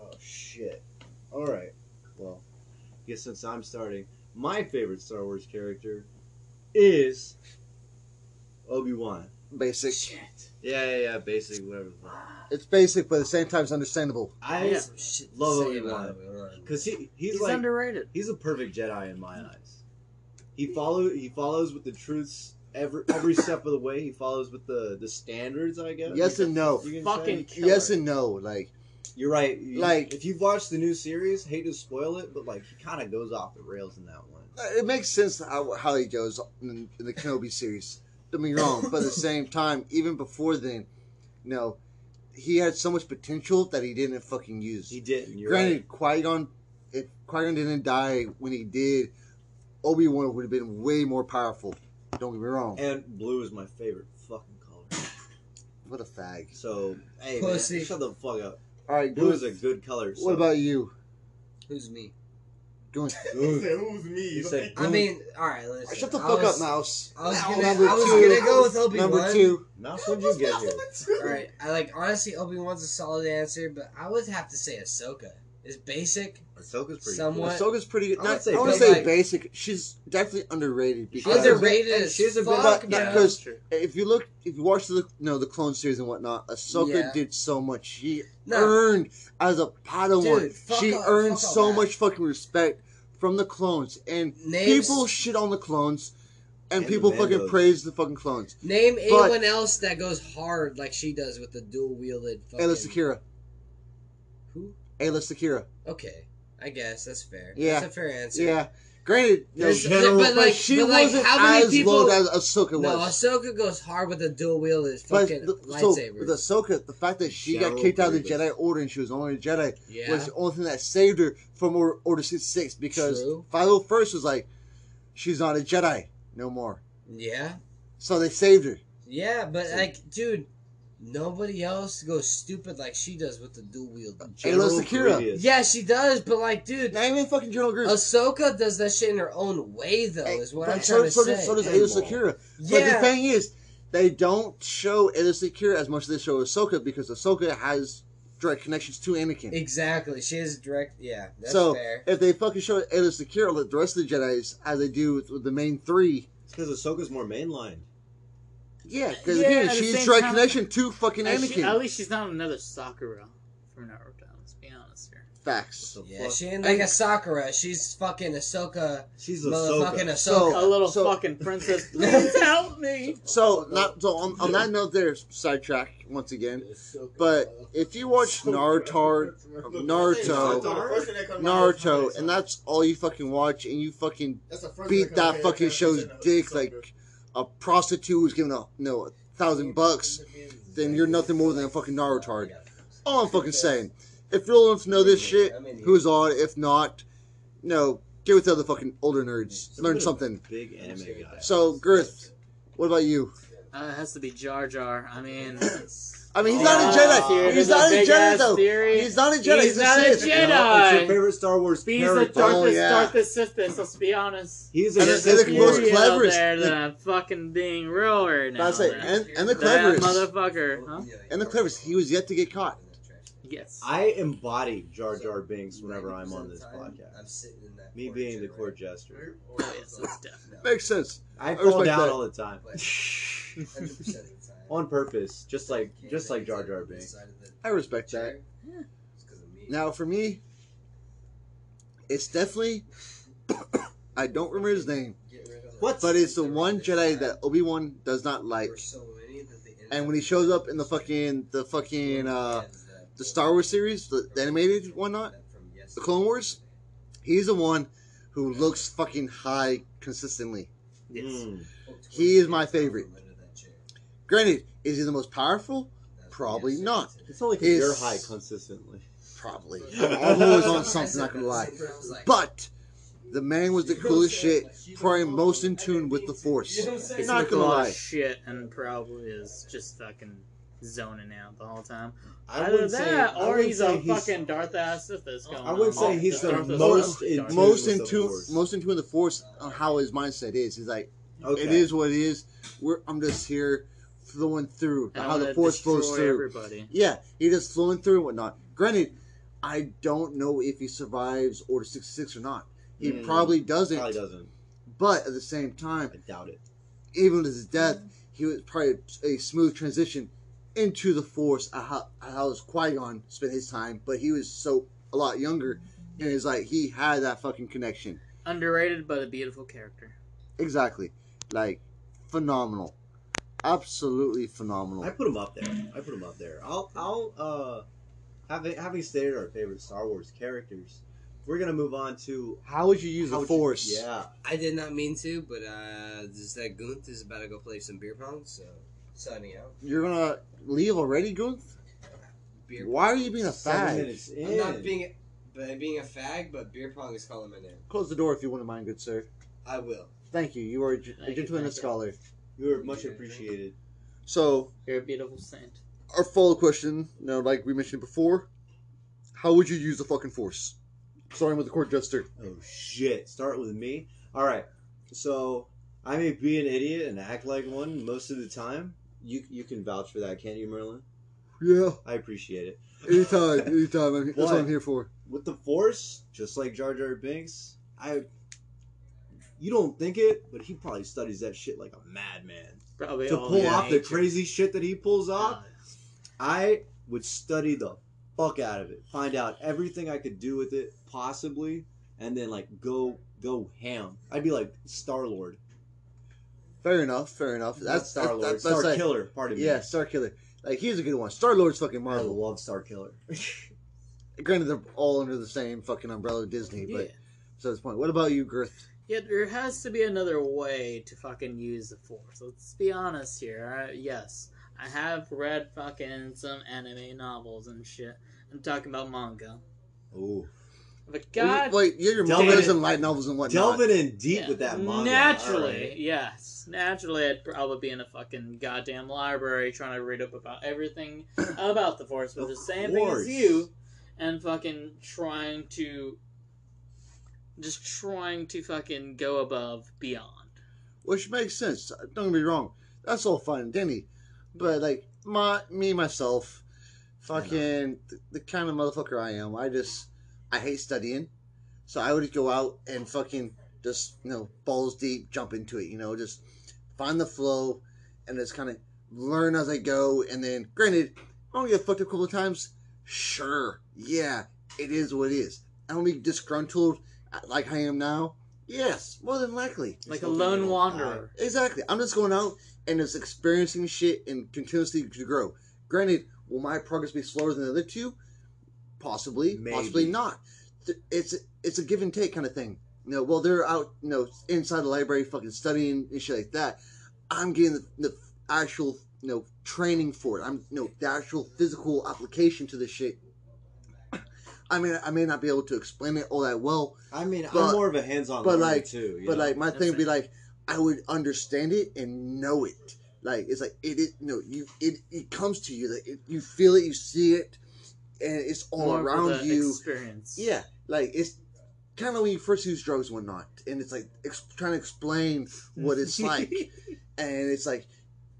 Oh shit. All right. Well, I guess since I'm starting, my favorite Star Wars character is Obi Wan. Basic. Yeah, yeah, yeah. Basically, whatever. the fuck. It's basic, but at the same time, it's understandable. I Yeah. love Say Obi about Wan it. because he he's, He's like underrated. he's a perfect Jedi in my eyes. He follow he follows with the truths every every step of the way. He follows with the the standards, I guess. Yes and no. You can Fucking say. killer. Yes and no. Like You're right. You- Like- if you've watched the new series, hate to spoil it, but like he kind of goes off the rails in that one. Uh, it makes sense how, how he goes in, in the Kenobi series. Don't be wrong, but at the same time, even before then, you know, he had so much potential that he didn't fucking use. He didn't. You're right. Granted, Qui Gon, if Qui Gon didn't die when he did, Obi Wan would have been way more powerful. Don't get me wrong. And blue is my favorite fucking color. What a fag. So hey, man, Pussy. shut the fuck up. All right, Blue is Goons, a good color. So. What about you? Who's me? Goons? He Ooh. said, "Who's me?" You said I mean, all right. Listen, Shut the I fuck up, was- Mouse. I was Now, gonna, number I was two. gonna go with Obi Wan. Number two. Mouse? When'd you get here? All right, I like honestly, Obi Wan's a solid answer, but I would have to say Ahsoka. It's basic, Ahsoka's pretty. somewhat Ahsoka's pretty good. I would Not, say I want to basic. say Like- basic. She's definitely underrated because underrated. as she's a bit- fuck, but- bro. because- if you look, if you watch the you know the Clone series and whatnot, Ahsoka Yeah. did so much. She No. earned as a Padawan. Dude, fuck she off, earned fuck all so that. much fucking respect from the clones, and Names- people shit on the clones, and, And the people fucking Mandos. praise the fucking clones. Name But- anyone else that goes hard like she does with the dual wielded. Ayla Sakura, Who? Ayla Sakura. Okay, I guess that's fair. Yeah. that's a fair answer. Yeah, granted, you know, There's- General- but, but like- she but like, wasn't how many as people- low as Ahsoka No, was. Ahsoka goes hard with the dual wielded But fucking the, so lightsaber. with Ahsoka, the fact that she got General kicked out of the Grievous. Jedi Order and she was only a Jedi, yeah, was the only thing that saved her from Or- Order 66 because True. Philo first was like, she's not a Jedi no more. yeah, So they saved her. yeah. But like, dude, nobody else goes stupid like she does with the dual wield. Uh, General Sakura. Grievous. Yeah, she does. But like, dude, Not even fucking General Grievous. Ahsoka does that shit in her own way, though. Is what But I'm so, trying to so say. Does, so does Animal. Ayla Secura. But the yeah, thing is, they don't show Ayla Secura as much as they show Ahsoka because Ahsoka has direct connections to Anakin. exactly. She is direct. Yeah, that's so fair. if they fucking show Ayla Secura like the rest of the Jedi's as they do with, with the main three, It's because Ahsoka's more mainline. yeah, because Yeah, again, at the she's same direct time- connection to fucking At, Anakin. she, at least she's not another Sakura for Naruto. Let's be honest here. Facts. What the Yeah, fuck? she ain't like a Sakura. She's fucking Ahsoka. she's Ahsoka. Motherfucking Ahsoka. So- A little Oh, so- fucking princess. *laughs* Please help me. So not so on, on that note, there sidetrack once again. But if you watch Naruto, Naruto, Naruto, and that's all you fucking watch, and you fucking beat that fucking show's dick like a prostitute who's giving a no a thousand bucks, then you're nothing more than a fucking Naruto. all I'm fucking saying. If you're old enough to know this shit, I'm in here. who's on? If not, you know, get with the other fucking older nerds. Learn something. Big anime guy. So, Girth, what about you? Uh, it has to be Jar Jar. *laughs* I mean, I mean, he's Oh, not a Jedi. dude, He's there's not a a Jedi big-ass though. theory. He's not a Jedi. He's He's, a not a Sith. Jedi. You know, it's your Jedi. favorite Star Wars he's the character. dark- darkest, yeah. darkest Sith. Let's be honest. He's And a it's- There's and a the most theory out cleverest- there that I'm fucking being real right now. That's it. man. And, and the that cleverest. motherfucker, huh? And the cleverest. He was yet to get caught. Yes. I embody Jar Jar Binks whenever I'm on this podcast. I'm sitting in that Me court being the chair, court right? jester. *laughs* Oh, yes, that's *laughs* definitely. Makes sense. I respect fall down that. all the time. *laughs* But 100% of the time, On purpose, just like can't just like make Jar it Jar on the Binks. side of the I respect that. chair. It's 'cause of me. Now, for me, it's definitely. *coughs* I don't remember his name, Get rid of the- What? but it's the one Jedi that Obi Wan does not like. There were so many that they ended And up when he shows up in the fucking the fucking uh, fans that- the Star Wars series, the, the animated whatnot, that from yesterday. the Clone Wars, he's the one who looks fucking high consistently. Yes. Mm. He is my favorite. Granted, is he the most powerful? Probably not. It's only 'cause He's- you're high consistently. *laughs* Probably. *laughs* I'm always on something. Not gonna *laughs* lie. But the man was the coolest shit, probably most in tune with the Force. He's Not not gonna a lot lie. of shit and probably is just fucking zoning out the whole time. I Either wouldn't that say, I or wouldn't he's say a fucking Darth ass if that's going I wouldn't on. say he's the Darth is most definitely in- Darth. most with in the tune, Force. most in tune with the force on how his mindset is. He's like, Okay. it is what it is. We're I'm just here flowing through And I how the wanna force flows destroy through. Everybody. Yeah, he just flowing through and whatnot. Granted, I don't know if he survives Order sixty six or not. He Mm, probably doesn't. Probably doesn't. But at the same time, I doubt it. even with his death, he was probably a, a smooth transition into the Force. uh, How how was Qui Gon spent his time, but he was so a lot younger, and it's like he had that fucking connection. Underrated but a beautiful character. Exactly, like phenomenal, absolutely phenomenal. I put him up there. I put him up there. I'll I'll uh having having stated our favorite Star Wars characters, we're gonna move on to how would you use how the would you- Force? Yeah. I did not mean to, but uh, this that Gunt is about to go play some beer pong, so signing out. You're gonna leave already, Guth? Beer. Why are you being a Seven fag? minutes I'm in. not being, but I'm being a fag. But beer pong is calling my name. Close the door if you wouldn't mind, good sir. I will. Thank you. You are a, gen- Thank a you, gentleman and thank you. scholar. you are much appreciated. So You're a beautiful saint. our follow question, you know, like we mentioned before, how would you use the fucking force? Starting with the court jester. Oh shit! Start with me. All right. So I may be an idiot and act like one most of the time. You you can vouch for that, can't you, Merlin? Yeah, I appreciate it. *laughs* anytime, anytime. I'm, that's what Why? I'm here for. With the Force, just like Jar Jar Binks, I. You don't think it, but he probably studies that shit like a madman. Probably to all pull in off the nature. crazy shit that he pulls off, Uh, I would study the fuck out of it, find out everything I could do with it possibly, and then like go go ham. I'd be like Star Lord. Fair enough. Fair enough. That's Star Lord, That's, that's, Star that's like, Killer. Pardon me. yeah, Star Killer. Like he's a good one. Star Lord's fucking I Marvel. love Star Killer. Granted, they're all under the same fucking umbrella of Disney, yeah. but so this point. What about you, Girth? Yeah, there has to be another way to fucking use the force. Let's be honest here. I, yes, I have read fucking some anime novels and shit. I'm talking about manga. Ooh. But god Wait, yeah, your Delvin- mangas and light novels and whatnot. Delving in deep Yeah. with that manga. Naturally, All right. yes. Naturally, I'd probably be in a fucking goddamn library trying to read up *coughs* about everything about the Force, but Of the same course. thing as you, and fucking trying to. Just trying to fucking go above, beyond. which makes sense. Don't get me wrong, that's all fine and dandy, but like my me myself, fucking the, the kind of motherfucker I am, I just I hate studying, so I would just go out and fucking just you know balls deep jump into it, you know, just find the flow and just kind of learn as I go, and then granted, I don't get fucked a couple of times. Sure, yeah, it is what it is. I don't be disgruntled uh, like I am now. Yes, more than likely. Like a hoping you lone don't wanderer. Exactly. I'm just going out and just experiencing shit and continuously to grow. Granted, will my progress be slower than the other two? Possibly, Maybe. possibly not. Th- It's it's a give and take kind of thing. You know, well they're out, you know, inside the library, fucking studying and shit like that. I'm getting the, the actual no training for it. I'm no the actual physical application to this shit. I mean, I may not be able to explain it all that well, I mean, But- I'm more of a hands-on but learner like- too. you but know? like my That's thing would be it. like I would understand it and know it. Like it's like it is no you it it comes to you like it, you feel it you see it and it's all More of around the you. Experience. Yeah, like it's kind of when you first use drugs and whatnot, and it's like ex- trying to explain *laughs* what *laughs* it's like, and it's like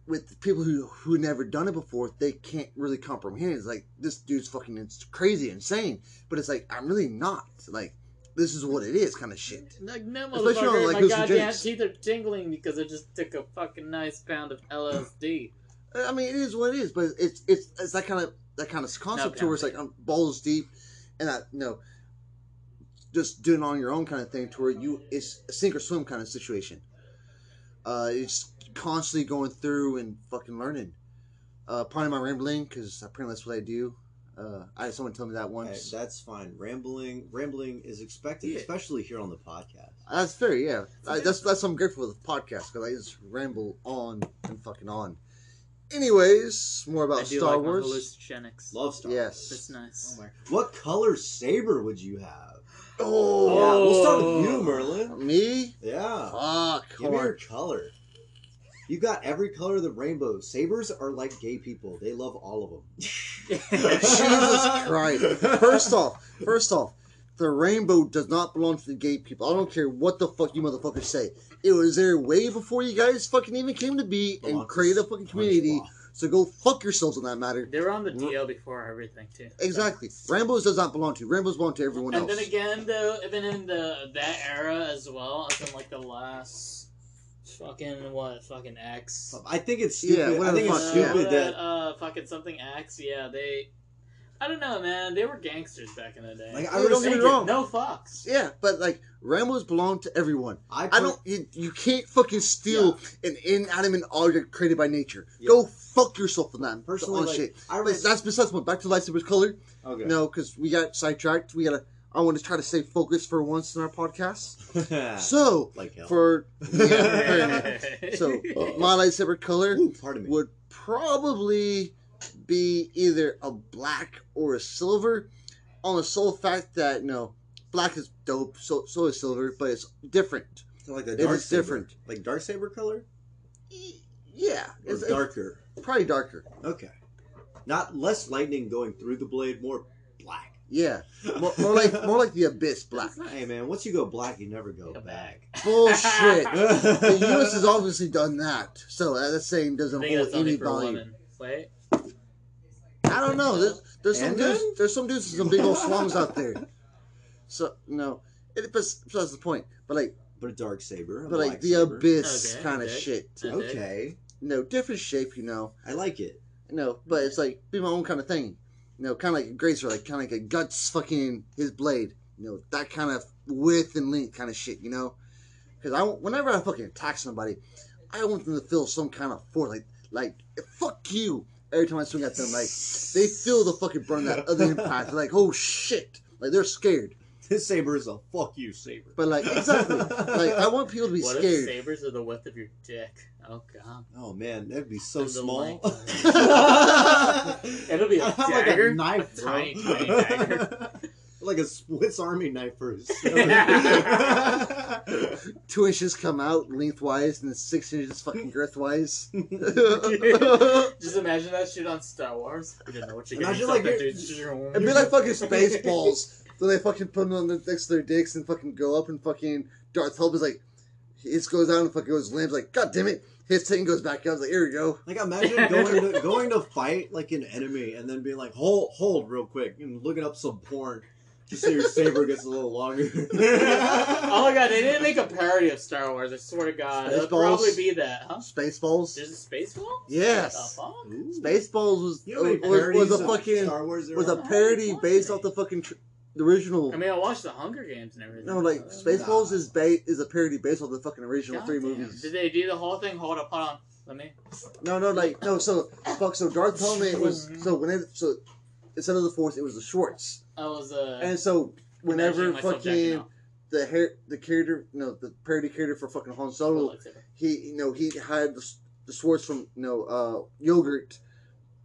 with people who who never done it before, they can't really comprehend. It's like this dude's fucking ins- crazy, insane, but it's like I'm really not. Like this is what it is, kind of shit. Like no Especially on, motherfucker, like, my Lucy goddamn Jakes. teeth are tingling because I just took a fucking nice pound of LSD. I mean, it is what it is, but it's it's it's that kind of that kind of concept to where it's like um, balls deep, and that you know, just doing it on your own kind of thing to where you it's a sink or swim kind of situation. Uh, it's constantly going through and fucking learning. Uh, pardon my rambling because apparently that's what I do. Uh, I had someone tell me that Hey, once. that's fine. Rambling, rambling is expected, Yeah. especially here on the podcast. That's fair, yeah. I, that's that's what I'm grateful for the podcast because I just ramble on and fucking on. Anyways, more I about do Star like my Wars. hallucinics. Love Star. Yes. That's Wars. nice. Oh my. What color saber would you have? Oh, Yeah, we'll start with you, Merlin. Me? Yeah. Fuck. Give me your Hard. color. You got every color of the rainbow. Sabers are like gay people. They love all *laughs* of them. Jesus *laughs* Christ. First off, first off, the rainbow does not belong to the gay people. I don't care what the fuck you motherfuckers say. It was there way before you guys fucking even came to be and Belongs to create a fucking community. SpongeBob. So go fuck yourselves on that matter. They were on the Mm. DL before everything too. Exactly. Rainbows does not belong to. you. Rainbows belong to everyone And else. then again, though, even in the that era as well, as in like the last fucking what fucking X. I think it's stupid. Yeah, what I the think it's fuck, Uh, stupid what, that uh, fucking something X. Yeah, they. I don't know, man. They were gangsters back in the day. Like, I They don't were get me taking wrong. No fucks. *laughs* yeah, but like rainbows belong to everyone. I, I per- don't. You, you can't fucking steal an inanimate object created by nature. Yeah. Go fuck yourself on that. personally on like, Oh, shit. I But res- that's besides the point. Back to lightsaber's color. okay. No, because we got sidetracked. We gotta. I want to try to stay focused for once in our podcast. Ah, So like hell. *laughs* for *laughs* yeah, Yeah. *laughs* so my lightsaber color Ooh, *laughs* pardon me. would probably be either a black or a silver, on the sole fact that no, black is dope. So so is silver, but it's different. So like the It dark is saber. different. Like dark saber color E- Yeah, or it's, it's darker. probably darker. Okay. Not less lightning going through the blade, more black. Yeah, *laughs* more, more like more like the abyss black. Hey man, once you go black, you never go Go back. Bullshit. the the *laughs* U.S. has obviously done that, so uh, that saying I doesn't think hold that's any only for value. women. Wait, I don't know. There's, there's some And dudes. then? There's some dudes with some big old swongs out there. So no, it bes- besides the point. But like, but a dark saber, a but like black the saber. abyss Okay, kind of okay. shit. Okay, No different shape, you know. I like it. No, but it's like be my own kind of thing. You know, kind of like a Grazer, like kind of like a guts fucking his blade. You know, that kind of width and length kind of shit. You know, because I want- whenever I fucking attack somebody, I want them to feel some kind of force, like like fuck you. Every time I swing at them, like they feel the fucking burn that other impact. They're like oh shit, like they're scared. *laughs* This saber is a fuck you saber. But like exactly, like I want people to be what if scared. sabers are the width of your dick? Oh god. oh man, that'd be so And *laughs* *laughs* the small. It'll *laughs* be a I'd have, like dagger. a knife, A bro. *laughs* tiny, tiny dagger. like a Swiss Army knife for *laughs* his. Two inches come out lengthwise, and then six inches fucking girthwise. *laughs* *laughs* Just imagine that shit on Star Wars. You don't know what you're Imagine, getting like, yourself It'd into. be like *laughs* fucking Spaceballs. so they fucking put them on the next to their dicks and fucking go up and fucking Darth Helba's like, he just goes out and fucking goes limbs like, God damn it. His thing goes back up. I was like, here we go. Like imagine going to going to fight like an enemy and then being like, hold hold real quick and looking up some porn. Just so your saber gets a little *laughs* longer. Oh my god, they didn't make a parody of Star Wars. I swear to God, it'll Spaceballs? probably be that, huh? Spaceballs? There's a space wall. Yes. What the fuck? Ooh. Spaceballs was, You know how many was, was parodies a of fucking, Star Wars there was a are? parody based off the fucking, tr- the original. I mean, I watched the Hunger Games and everything. no, Oh like, Spaceballs is ba- is a parody based off the fucking original three Goddamn. movies. Did they do the whole thing? Hold up, hold on. Let me. No, no, like no. So fuck. So Darth Helmet was so when it so instead of the Force, it was the Schwartz. I was uh. And so imagining whenever myself *laughs* jacking fucking off the hair, the character, no, the parody character for fucking Han with a *laughs* Solo, lightsaber. he you know he had the s- the Schwartz from you know uh, yogurt,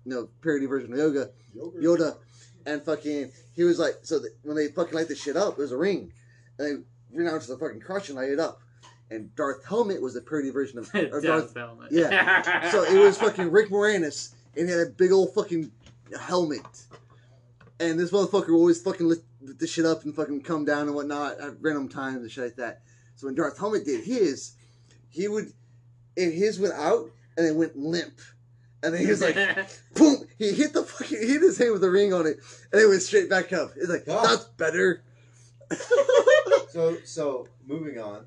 you know parody version of yoga Yoda, and fucking he was like so that when they fucking light this shit up, it was a ring, and they ran out to the fucking crotch and light it up, and Darth helmet was the parody version *laughs* of, of Darth Death helmet. yeah. So it was *laughs* fucking Rick Moranis, and he had a big old fucking helmet. And this motherfucker would always fucking lift this shit up and fucking come down and whatnot at random times and shit like that. So when Darth Helmet did his, he would, and his went out and it went limp. And then he was *laughs* like, Uh, boom, he hit the fucking, he hit his hand with a ring on it, and it went straight back up. It's like, God. that's better. So, so moving on.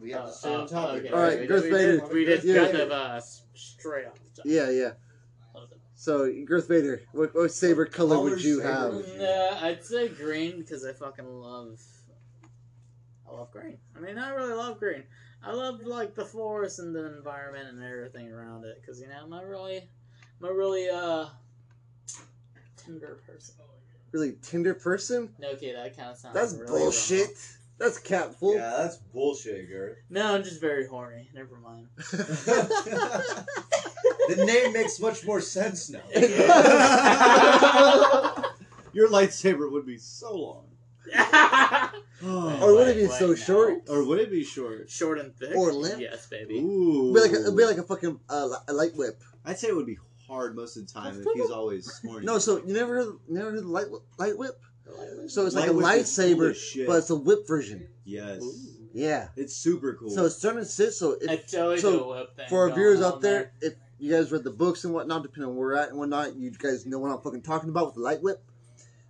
We have Uh, the same uh, topic. okay. All right, we, Darth we Vader. Just, we just Yeah. kind of uh, straight off the top. Yeah, yeah. So, Girth Vader, what, what saber color would Color you saber. have? Nah, I'd say green because I fucking love. I love green. I mean, I really love green. I love like the forest and the environment and everything around it because you know I'm not really, I'm a really uh, timber person. Really tender person? No kid, that kind of sounds. That's really wrong. bullshit. That's capful. Yeah, that's bullshit, girl. *laughs* No, I'm just very horny. Never mind. *laughs* the name makes much more sense *laughs* now. *laughs* Your lightsaber would be so *sighs* long. Or would it be Wait, wait, so no. short? Or would it be short? Short and thick. Or limp. Yes, baby. Ooh. It'd be like a, it'd be like a fucking uh, li- a light whip. I'd say it would be hard most of the time if he's always sworn. No, so you never heard, never heard of light whi- light whip? Lightweight. So it's like Light a whip is cool lightsaber, as shit. but it's a whip version. Yes. Yeah. It's super cool. So it's starting to sit. So I if, totally so do a whip thing for our going viewers on out there, if you guys read the books and whatnot, depending on where we're at and whatnot, you guys know what I'm fucking talking about with the light whip.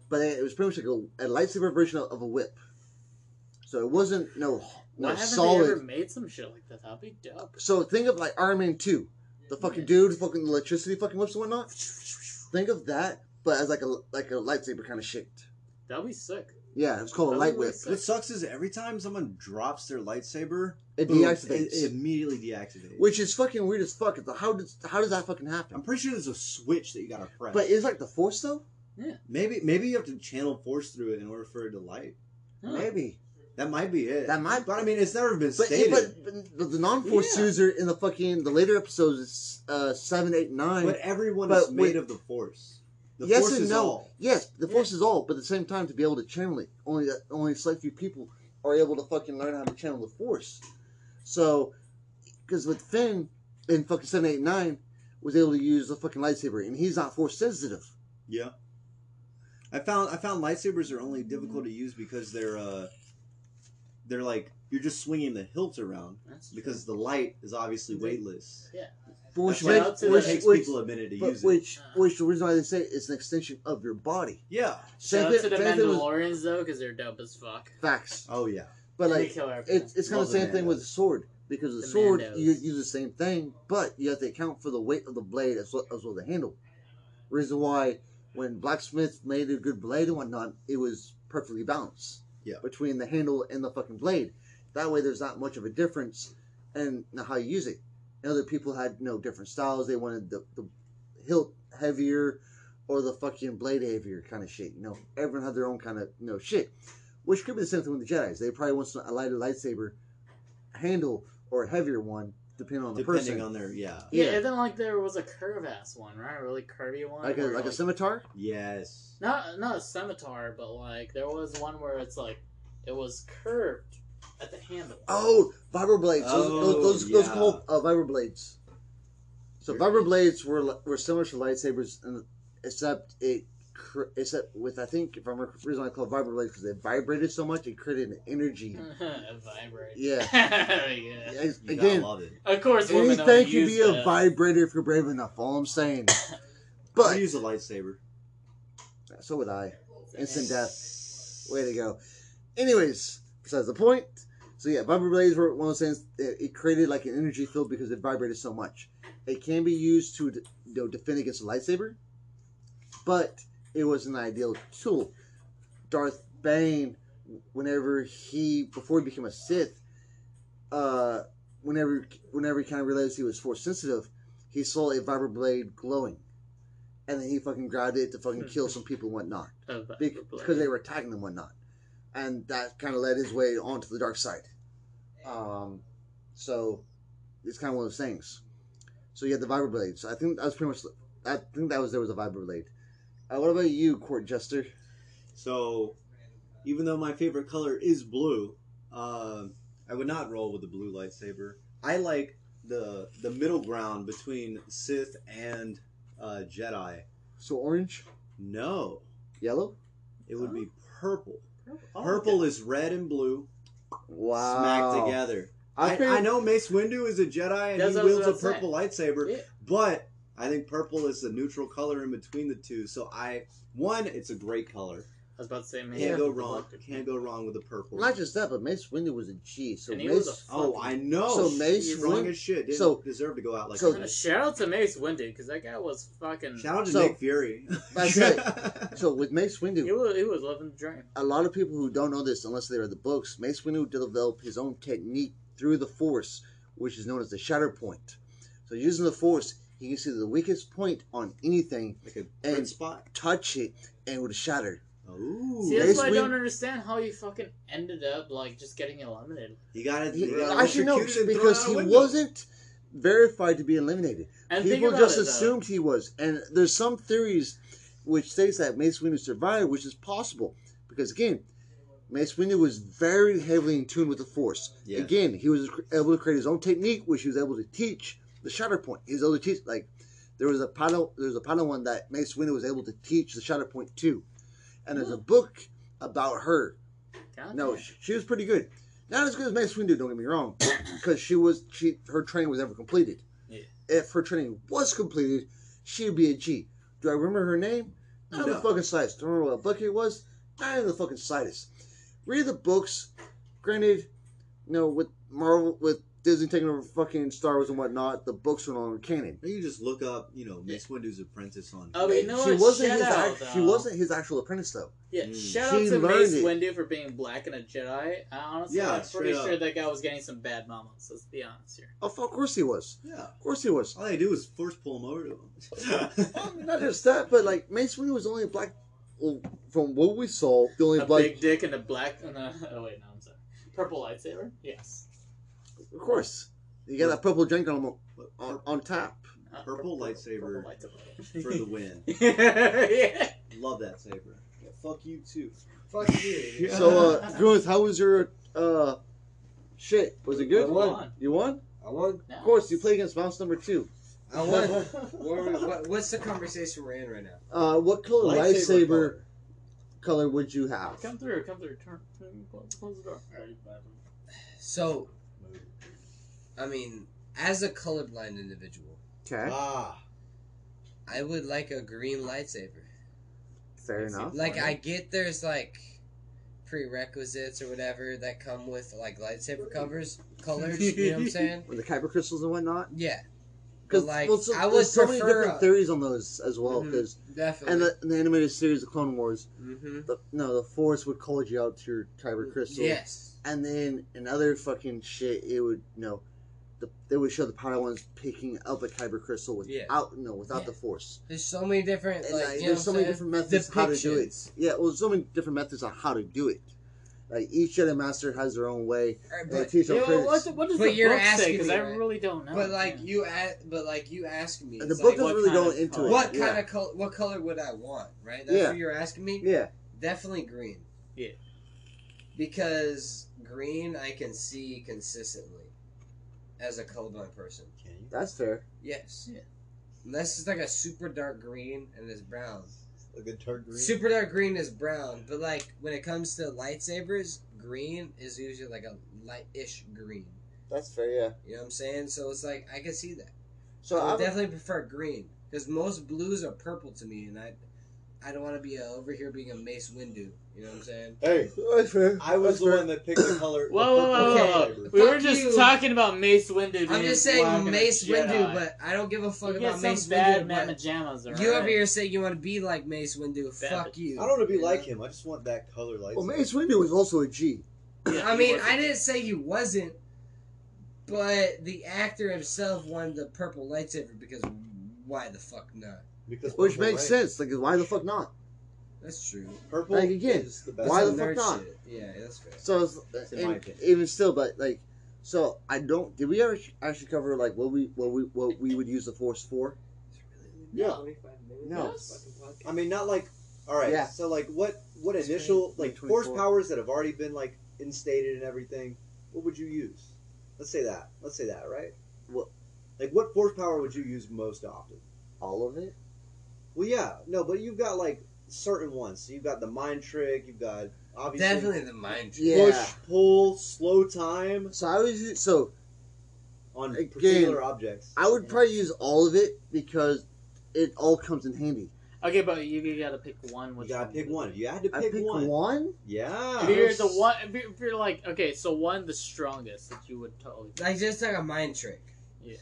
But it was pretty much like a, a lightsaber version of, of a whip. So it wasn't no no Why haven't solid. they ever made some shit like that? That'd be dope. So think of like Iron Man two, the fucking dude, fucking electricity, fucking whips and whatnot. Think of that, but as like a like a lightsaber kind of shit. That'd be sick. Yeah, it's Oh, called a light whip. what sucks is every time someone drops their lightsaber, It boom, deactivates. It, it immediately deactivates. which is fucking weird as fuck. It's like, how does how does that fucking I'm happen? pretty sure there's a switch that you gotta press. But is like the force though? maybe maybe you have to channel force through it in order for it to light. Maybe. That might be it. That might- But I mean, it's never been But, stated. but, but the non force Yeah. user in the fucking the later episodes is uh, seven, eight, nine. But everyone But is made wait- of the force. The yes force and is no. all. Yes, the force is all, but at the same time, to be able to channel it, only only select few people are able to fucking learn how to channel the force. So, because with Finn in fucking seven eight nine was able to use the fucking lightsaber, and he's not force sensitive. Yeah. I found I found lightsabers are only difficult to use because they're uh they're like you're just swinging the hilt around That's because the light is obviously weightless. But Which, That's why makes- it which, takes which, people a minute to but use it. which, which the reason why they say it's an extension of your body. Yeah. Shout out thing- to the same thing with Mandalorians though, because they're dope as fuck. facts, Oh yeah. but They like kill everything. It's, it's kind of Love the the same thing with Mandos. the sword because the, The sword Mandos. you use the same thing, but you have to account for the weight of the blade as well as well as the handle. Reason why when blacksmiths made a good blade and whatnot, it was perfectly balanced Yeah. between the handle and the fucking blade. That way, there's not much of a difference in how you use it. And other people had you know different styles. They wanted the, the hilt heavier or the fucking blade heavier kind of shit. You know, everyone had their own kind of you know shit. Which could be the same thing with the Jedi's. They probably want some- a lighter lightsaber handle or a heavier one, depending on the Depending person. on their yeah. yeah. yeah. and then like there was a curve ass one, right? A really curvy one. like a where, like a scimitar. Yes. not not a scimitar, but like there was one where it's like it was curved at the handle. *laughs* Oh, vibroblades. Oh, those those, those, yeah. called uh, vibroblades. So Very vibroblades were li- were similar to lightsabers, and except it cr- except with I think if I remember the reason why I call it vibroblades because they vibrated so much it created an energy. Mm. it vibrates. Yeah. *laughs* Yeah. As- You gotta Again, love it. Of course, women don't anything can use be a that. vibrator if you're brave enough. All I'm saying. *laughs* I But use a lightsaber. so would I. Instant death. Way to go. Anyways, besides the point. So yeah, vibroblades were one of those things. It, it created like an energy field because it vibrated so much. It can be used to d- you know, defend against a lightsaber, but it was an ideal tool. Darth Bane, whenever he before he became a Sith, uh, whenever whenever he kind of realized he was force sensitive, he saw a vibroblade glowing, and then he fucking grabbed it to fucking kill some people and whatnot A because vibrator. they were attacking and whatnot, and that kind of led his way onto the dark side. Um, so it's kind of one of those things. So you had the vibroblade. So I think that was pretty much. I think that was there was a vibroblade. Uh, what about you, court jester? So, even though my favorite color is blue, uh, I would not roll with the blue lightsaber. I like the the middle ground between Sith and uh, Jedi. So orange, No, yellow. it would be purple. Oh, Purple is red and blue Wow. smack together. I, I, figured- I know Mace Windu is a Jedi and That's he what I was wields a about to purple lightsaber, Yeah. but I think purple is the neutral color in between the two. So I one, it's a great color. I was about to say, man, Can't go wrong. Can't go wrong with the purple. Not just that, but Mace Windu was a G. So And he was Mace. Oh, I know. So Mace You're wrong Windu- as shit. Didn't so- deserve to go out like so- that. Shout out to Mace Windu because that guy was fucking. Shout out to so- Nick Fury. *laughs* That's so with Mace Windu, He was, he was living the dream. a lot of people who don't know this, unless they read the books, Mace Windu developed his own technique through the Force, which is known as the Shatter Point. So using the Force, he can see the weakest point on anything, *laughs* like a And- print spot. touch it, and it would shatter. Ooh, See, that's Mace why I Win- don't understand how he fucking ended up like just getting eliminated. he got it. He, He got I should know electrocuted and thrown because out a he window. wasn't verified to be eliminated. And People think about just it, though. assumed he was, and there's some theories which states that Mace Windu survived, which is possible because again, Mace Windu was very heavily in tune with the Force. Yeah. Again, he was cr- able to create his own technique, which he was able to teach the Shatter Point. He was able to teach like there was a Padawan, there was a Padawan that Mace Windu was able to teach the Shatter Point to, and there's a book about her God no, damn. she, she was pretty good. Not as good as Mace Windu. Don't get me *coughs* wrong, because she was she her training was never completed. Yeah. If her training was completed, she'd be a G. Do I remember her name? Not in the No. fucking slightest. Do I remember what book it was? Not in the fucking slightest. Read the books. Granted, you know with Marvel with Disney taking over fucking Star Wars and whatnot, the books were no longer canon. You just look up, you know, Mace Windu's apprentice on. Oh, but you know she what? wasn't Shout his out, act- though. she wasn't his actual apprentice though. Yeah, Mm. shout She out to learned Mace it. Windu for being black and a Jedi. I honestly, Yeah, I'm pretty straight up. sure that guy was getting some bad moments. Let's be honest here. Oh, Of of course he was. Yeah. Of course he was. All they do is force pull him over to him. *laughs* Well, not just that, but like Mace Windu was the only black. Well, from what we saw, the only A black. big dick and a black and a *laughs* oh wait, no, I'm sorry. Purple lightsaber. Yes. Of course, you got that purple drink on But on, pur- on tap. Uh, Purple lightsaber Purple for *laughs* the *laughs* win. lightsaber. Love that saber. Yeah, fuck you too. Fuck you. Yeah. So, uh, Grunth, how was your uh shit? Was it good? I won. You won. I won. yeah. Of course, you play against mouse number two. I won. what, what, what's the conversation we're in right now? Uh, what color lightsaber, Lightsaber color. would you have? Come through, come through. Turn, turn close, close the door. So, I mean, as a colorblind individual, Okay, Uh, Ah, I would like a green lightsaber. fair enough. Like, I get there's like prerequisites or whatever that come with like lightsaber covers, colors. You know what I'm saying? *laughs* with the kyber crystals and whatnot. Yeah, Because Like, well, so, I would there's so many prefer different a- theories on those as well. Mhm. Because and definitely. the, the animated series, The Clone Wars. mm-hmm. the, no, the force would college you out to your kyber crystal. Yes. And then another fucking shit, it would you know, the, they would show the Padawans picking up a kyber crystal Yeah. without no without Yeah. the force. There's so many different And, like, like, you know there's so what many I'm different saying? methods how to do Depictions. it. Yeah, well, so many different methods on how to do it. Like each Jedi master has their own way. Or- They But, teach their Yeah, well, apprentice. what, what does But the you're book say? asking Because me, I right? really don't know. but like Yeah. you, a- but like you ask me. And the it's book like, doesn't what really kind go of into color? it. What yeah. kind of color? What color would I want? Right? That's Yeah. what you're asking me. Yeah, Definitely green. Yeah. Because green, I can see consistently as a colorblind person. can you? that's fair. Yes. Yeah. Unless it's like a super dark green and it's brown. Like a turd green. Super dark green is brown, but like when it comes to lightsabers, green is usually like a lightish green. That's fair. Yeah. You know what I'm saying? So it's like I can see that. So I would I'm, definitely prefer green because most blues are purple to me, and I, I don't want to be uh over here being a Mace Windu. You know what I'm saying? Hey, that's fair. I was That's the fair. one that picked the color. Whoa, whoa, whoa, whoa, Okay. whoa. We were Fuck just you. talking about Mace Windu. I'm being just black saying and a Mace Windu, Jedi. but I don't give a fuck You get about some Mace bad Windu. mama But jammas, alright? you over here say you want to be like Mace Windu? Bad Fuck bitch. you. I don't want to be You like know? him. I just want that color lightsaber. *laughs* Well, Mace Windu was also a G. Yeah, I he mean, was- I didn't say he wasn't, but the actor himself wanted the purple lightsaber because why the fuck not? because Which purple makes light- sense. Like, why the fuck not? That's true. Purple Like, again, is the best. That's Why some the fuck nerd not? shit. Yeah, that's fair. So it's, in and my opinion. even still, but like, So I don't. Did we ever actually cover like what we what we what we would use the force for? Yeah. No. I mean, not like. All right. Yeah. So like, what what It's initial twenty- like like force 24. powers that have already been like instated and everything? What would you use? Let's say that. Let's say that. Right. What- Like, what force power would you use most often? All of it. Well, yeah, no, but you've got like certain ones. So you've got the mind trick. You've got obviously Definitely the mind trick. Yeah. push, pull, slow time So I was u- so on Again. particular objects. I would probably use all of it because it all comes in handy. Okay, but you, you gotta pick one. You Which gotta one pick would it one. be? You had to I pick, pick one. one. Yeah. If you're the one, if you're, if you're like okay, so one the strongest that you would totally. pick. Like just like a mind trick. Yeah.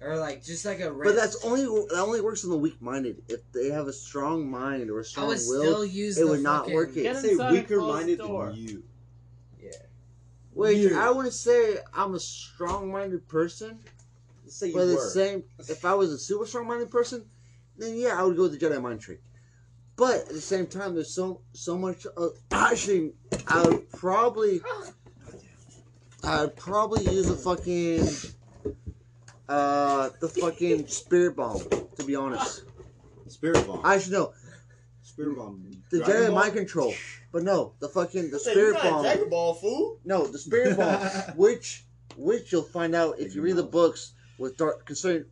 Or like just like a. But that's only that only works on the weak-minded. If they have a strong mind or a I strong would will, still use. it the would not fucking- work it. Get I'd say inside and weaker close the minded door. than you. Wait, You. I want to say I'm a strong-minded person, Let's say you but at the were. same, if I was a super strong-minded person, then yeah, I would go with the Jedi mind trick. But at the same time, there's so so much. Uh, actually, I would probably, I'd probably use a fucking, uh, the fucking spirit bomb. To be honest, Spirit bomb. I should know Spirit bomb. the Dragon Jedi Ball? mind control, but no, the fucking the I said, spirit "You're not a bomb. Dragon Ball fool. *laughs* No, the spirit bomb, which which you'll find out if you read the books with Darth concerning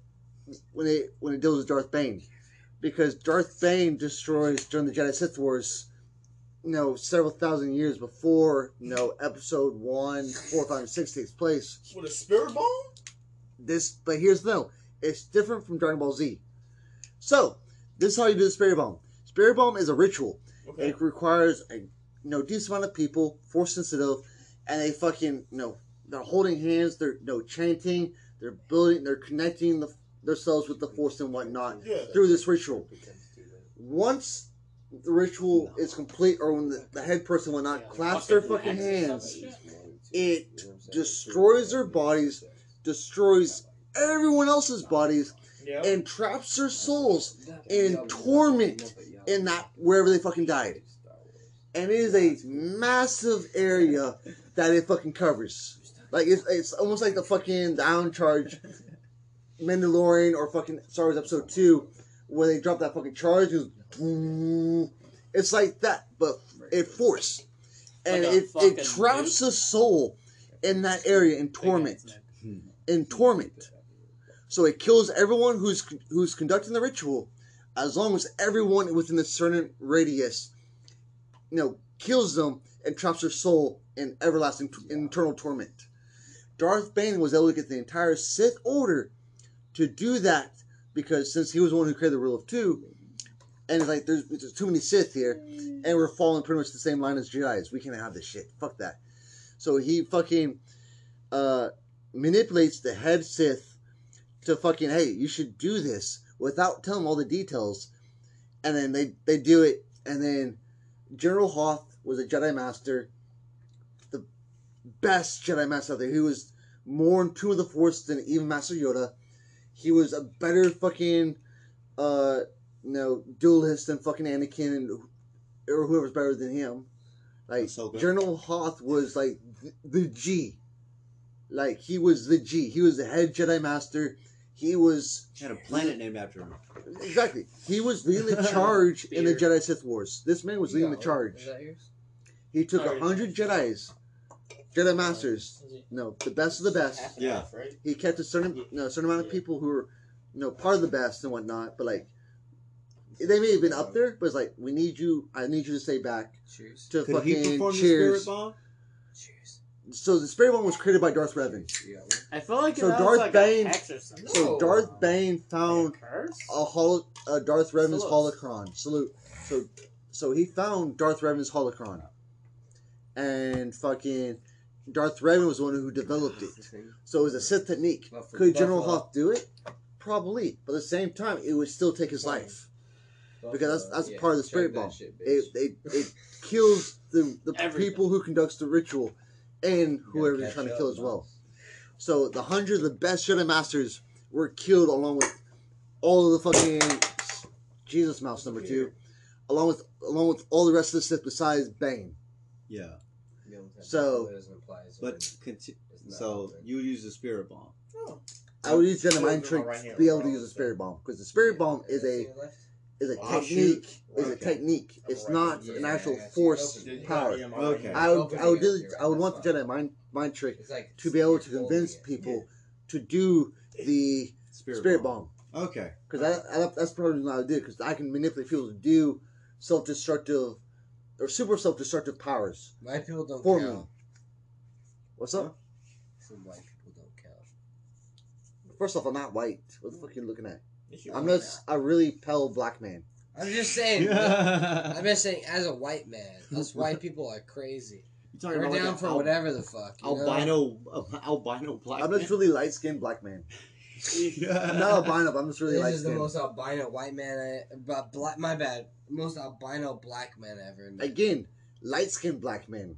when it when it deals with Darth Bane, because Darth Bane destroys during the Jedi Sith Wars, you know, several thousand years before you know Episode one, four, five, and six takes place. With a spirit bomb? This, but here's the thing: it's different from Dragon Ball Z. So this is how you do the spirit bomb. Spirit bomb is a ritual. Okay. It requires a you know decent amount of people, force sensitive, and they fucking you know they're holding hands, they're you know, chanting, they're building, they're connecting the, themselves with the force and whatnot Yeah. through this ritual. Once the ritual is complete, or when the, the head person will not clasp their fucking hands, it destroys their bodies, destroys everyone else's bodies, Yeah. and traps their souls in torment in that wherever they fucking died. And it is a massive area that it fucking covers. Like it's, it's almost like the fucking the Iron Charge, Mandalorian or fucking Star Wars Episode Two, where they drop that fucking charge. It goes, it's like that, but it force, and Like a it, fucking it traps nuke. the soul in that area in Big ass torment neck. in torment. So it kills everyone who's who's conducting the ritual, as long as everyone within a certain radius, you know, kills them and traps their soul in everlasting t- internal torment. Darth Bane was able to get the entire Sith Order to do that because since he was the one who created the Rule of Two, and it's like there's, there's too many Sith here, and we're following pretty much the same line as Jedi's. We can't have this shit. Fuck that. So he fucking. Uh, manipulates the head Sith to fucking hey, you should do this without telling them all the details, and then they they do it, and then General Hoth was a Jedi Master, the best Jedi Master out there. He was more in tune with the Force than even Master Yoda. He was a better fucking uh you know duelist than fucking Anakin and or whoever's better than him. Like Ahsoka. General Hoth was like th- the G. Like he was the G. He was the head Jedi Master. He was Had a planet named after him. exactly. He was *laughs* leading the charge in the Jedi Sith Wars. This man was leading the Is charge. that yours? He took Sorry. a hundred Jedi's, Jedi Masters. No, the best of the best. Yeah. Right? He kept a certain, you know, certain amount of people who were, you know, part of the best and whatnot. But like, they may have been up there, but it's like we need you. I need you to stay back Cheers. to Could he fucking perform the cheers. spirit bomb? Cheers. so the spirit bomb was created by Darth Revan. I feel like So that Darth was like Bane- a hex or something. So Oh. No. Darth Bane found curse. a, hol- a Darth Revan's Salute. holocron. Salute. So, so he found Darth Revan's holocron, and fucking Darth Revan was the one who developed it. So it was a Sith technique. Buffalo- Could General buffalo. Hoth do it? Probably, but at the same time, it would still take his life because that's that's Yeah, part of the chug spirit that bomb. shit, It, it it kills the the Everything. people who conducts the ritual, and whoever you're catch trying to up, kill as well. Miles. So the hundred of the best Jedi masters were killed along with all of the fucking Jesus Mouse number two, along with along with all the rest of the Sith besides Bane. Yeah. So- But conti- so you would use the spirit bomb. Oh. I would use Genomine Right Trick here, to be able to bro. use a Spirit Bomb because the Spirit Bomb is a is a Oh, shoot. technique. Is a Okay. technique. It's not Yeah, an actual I see. force Okay. power. Okay. I would I would do Opening up I would want the your- Jedi mind mind trick It's like to be able to convince people to do the Spirit, Spirit Bomb. *laughs* Okay. Because I, I, that's probably not what I do. Because I can manipulate people to do self-destructive or super self-destructive powers White people don't for me. count. What's up? Some white people don't count. First off, I'm not white. What the fuck are you looking at? I'm not. A really pale black man. *laughs* I'm just saying. I'm just saying, as a white man, us white people are crazy. You're talking We're about like down an for al- whatever the fuck. you know? albino *laughs* albino black. I'm *laughs* just really light-skinned black man. I'm not albino. But I'm just really This is the light-skinned. most albino white man. I, but black, my bad. Most albino black man I ever. met. Again, light-skinned black man.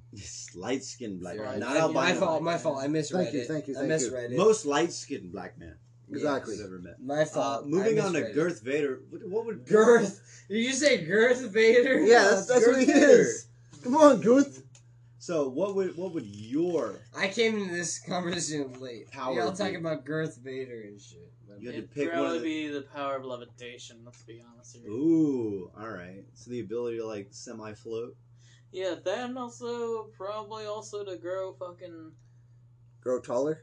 light skinned black You're man, right. not my, albino. my fault. My fault. I misread Thank you, it. thank you, I thank you. misread it. Most light skinned black man Exactly. I've ever met. My Uh, fault. moving I on to misread it. Girth Vader. What, what would Girth. Did you say Girth Vader? Yeah, that's, that's what he Darth Vader. is. Come on, Gooth. So what would what would your I came into this conversation late. Power Y'all be- talking about Girth Vader and shit. But *laughs* You had to It'd pick one probably of the. be the power of levitation. Let's be honest here. Ooh, all right. So the ability to like semi float. Yeah, that and also probably also to grow fucking. *laughs* Grow taller.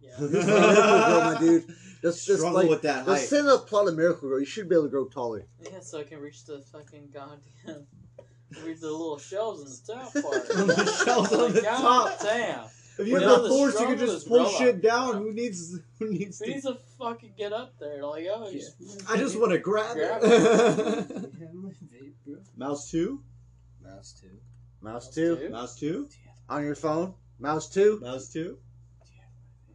Yeah. Girl, my dude. That's just Struggle like with that the height. center of plot of Miracle Girl. You should be able to grow taller. yeah, so I can reach the fucking goddamn. Reach the little shelves in *laughs* the top part. On *laughs* the shelves on the Oh God top. Damn. If you you With got got the the force, you can strongest just pull robot. shit down. Who needs? Who needs? Who To, needs to fucking get up there? Like, oh, you just- I just want to grab Grab it. bro. *laughs* Mouse two. Mouse too. *laughs* Mouse Mouse two two. Mouse two. on your phone. Mouse two. Mouse two.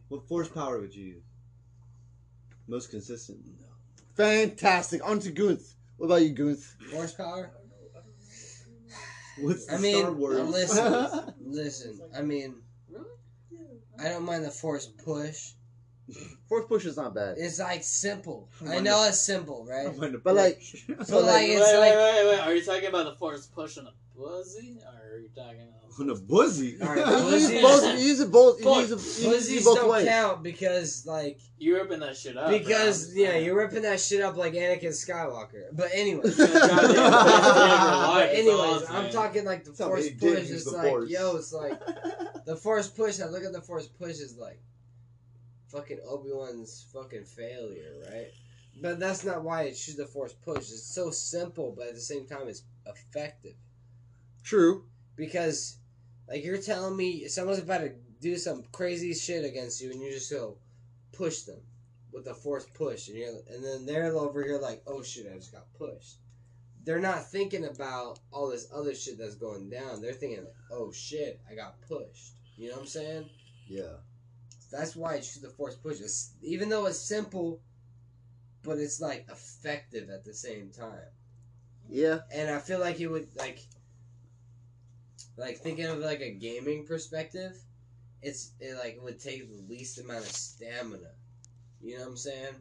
What force power would you use? Most consistent. Fantastic. On to Gooth. What about you, Gooth? Horsepower. What's the I mean, Star Wars? listen, *laughs* listen. I mean, Really? I don't mind the force push. Force push is *laughs* not bad. It's like simple. I know it's simple, right? But, like, *laughs* So like Wait, it's wait, like wait, wait. Are you talking about the force pushing a pussy? Or are you talking about. *laughs* on a buzzy. *laughs* All right, You use Pussies- both. You *laughs* use it both. You Fuck. use it, you use pussies it both don't ways. count because like You're ripping that shit up. because bro. yeah you're ripping that shit up like Anakin Skywalker. But anyway, *laughs* You're the goddamn *laughs* best day of your life, but is all anyways, I'm I'm saying. talking like the how force many did push. use It's the like Force. yo, it's like *laughs* the force push. I look at the force push is like fucking Obi Wan's fucking failure, right? But that's not why it should the force push. It's so simple, but at the same time, it's effective. True. because like you're telling me someone's about to do some crazy shit against you and you just go push them with a force push and you're and then they're over here like oh shit i just got pushed they're not thinking about all this other shit that's going down they're thinking like oh shit i got pushed you know what i'm saying Yeah. that's why it's the force push it's, even though it's simple but it's like effective at the same time Yeah. and I feel like it would like like thinking of like a gaming perspective, it's it like would take the least amount of stamina. You know what I'm saying?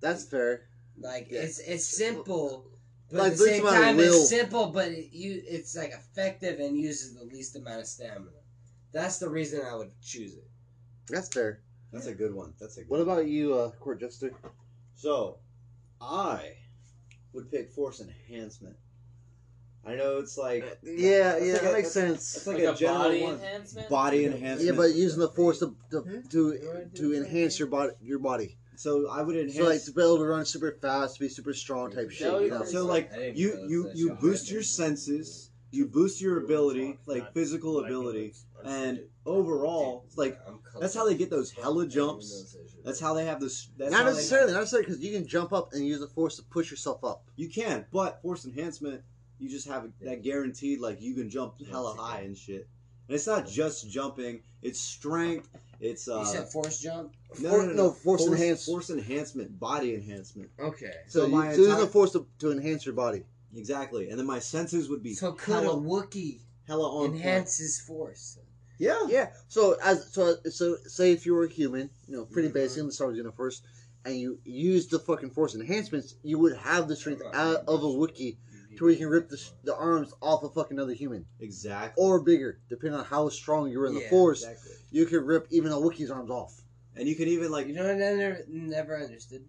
That's fair. Like Yeah. it's it's simple, but Like, at the least same amount of time will. it's simple, but it, you it's like effective and uses the least amount of stamina. That's the reason I would choose it. That's fair. That's a good one. That's a good What about you, uh, Court Jester? So, I would pick force enhancement. I know it's like Yeah, That's yeah, like that a- makes it's sense. like, Like a, a general body one. enhancement? Body Yeah, enhancement. but using the force to to Hmm? to, to enhance your body, your body. so I would enhance. So like to be able to run super fast, to be super strong type shit. would You be know? pretty so like I didn't you realize you that you shit. boost your senses, you boost your ability, like physical ability, and overall, it's like I'm colored. that's how they get those hella jumps. I didn't even know That's how they have this. That's Not how they- necessarily, not necessarily, because you can jump up and use the force to push yourself up. You can, but force enhancement, you just have that guaranteed. Like you can jump hella high and shit. And it's not just jumping; it's strength. It's uh, that shit. you said force jump. For- no, force enhance- Force enhancement, body enhancement. Okay. So, So, you, my so using entire- the force to, to enhance your body. exactly, and then my senses would be So could a hella, Wookiee hella on point. enhance his force? Yeah, Yeah. So as so so say if you were a human, you know, pretty Mhm. basic in the Star Wars universe, and you used the fucking force enhancements, you would have the strength Right. out of a Wookiee to where you can rip the, sh- the arms off a fucking other human Exactly. or bigger, depending on how strong you're in the Yeah, force. Exactly. You can rip even a Wookiee's arms off. And you could even like You know what I never, never understood?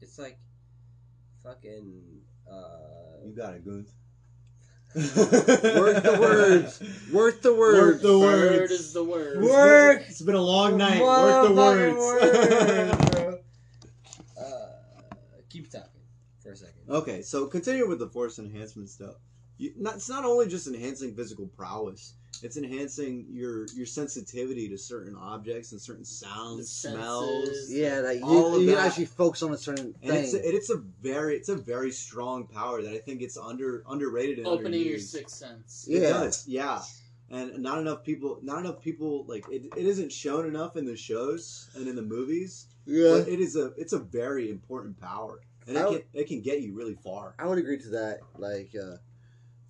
It's like fucking. Uh, you got it, Goons. Work the words. *laughs* Worth the words. the Word words. is the word. Work It's been a long night. Work the motherfucking words. words, bro. Uh, keep talking for a second. *laughs* okay, so continue with the force enhancement stuff. You, not, it's not only just enhancing physical prowess; it's enhancing your your sensitivity to certain objects and certain The sounds, senses. smells. Yeah, that All you, of you that. can actually focus on a certain And it's, thing. and it's a very it's a very strong power that I think it's under underrated and Opening your underused. sixth sense. It Yeah. does, yeah. And not enough people, not enough people like it. It isn't shown enough in the shows and in the movies. yeah, But it is a it's a very important power, and it I can, would- it can get you really far. I would agree to that. Like, uh,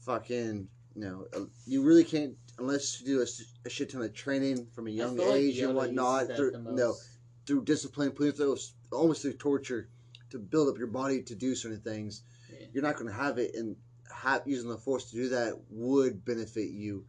fucking, you know, uh, you really can't unless you do a, s- a shit ton of training from a I young feel like age and Yoda uses whatnot. that Through, the no, most. through discipline, please, those- almost through torture, to build up your body to do certain things. Yeah. You're not going to have it, and have, using the force to do that would benefit you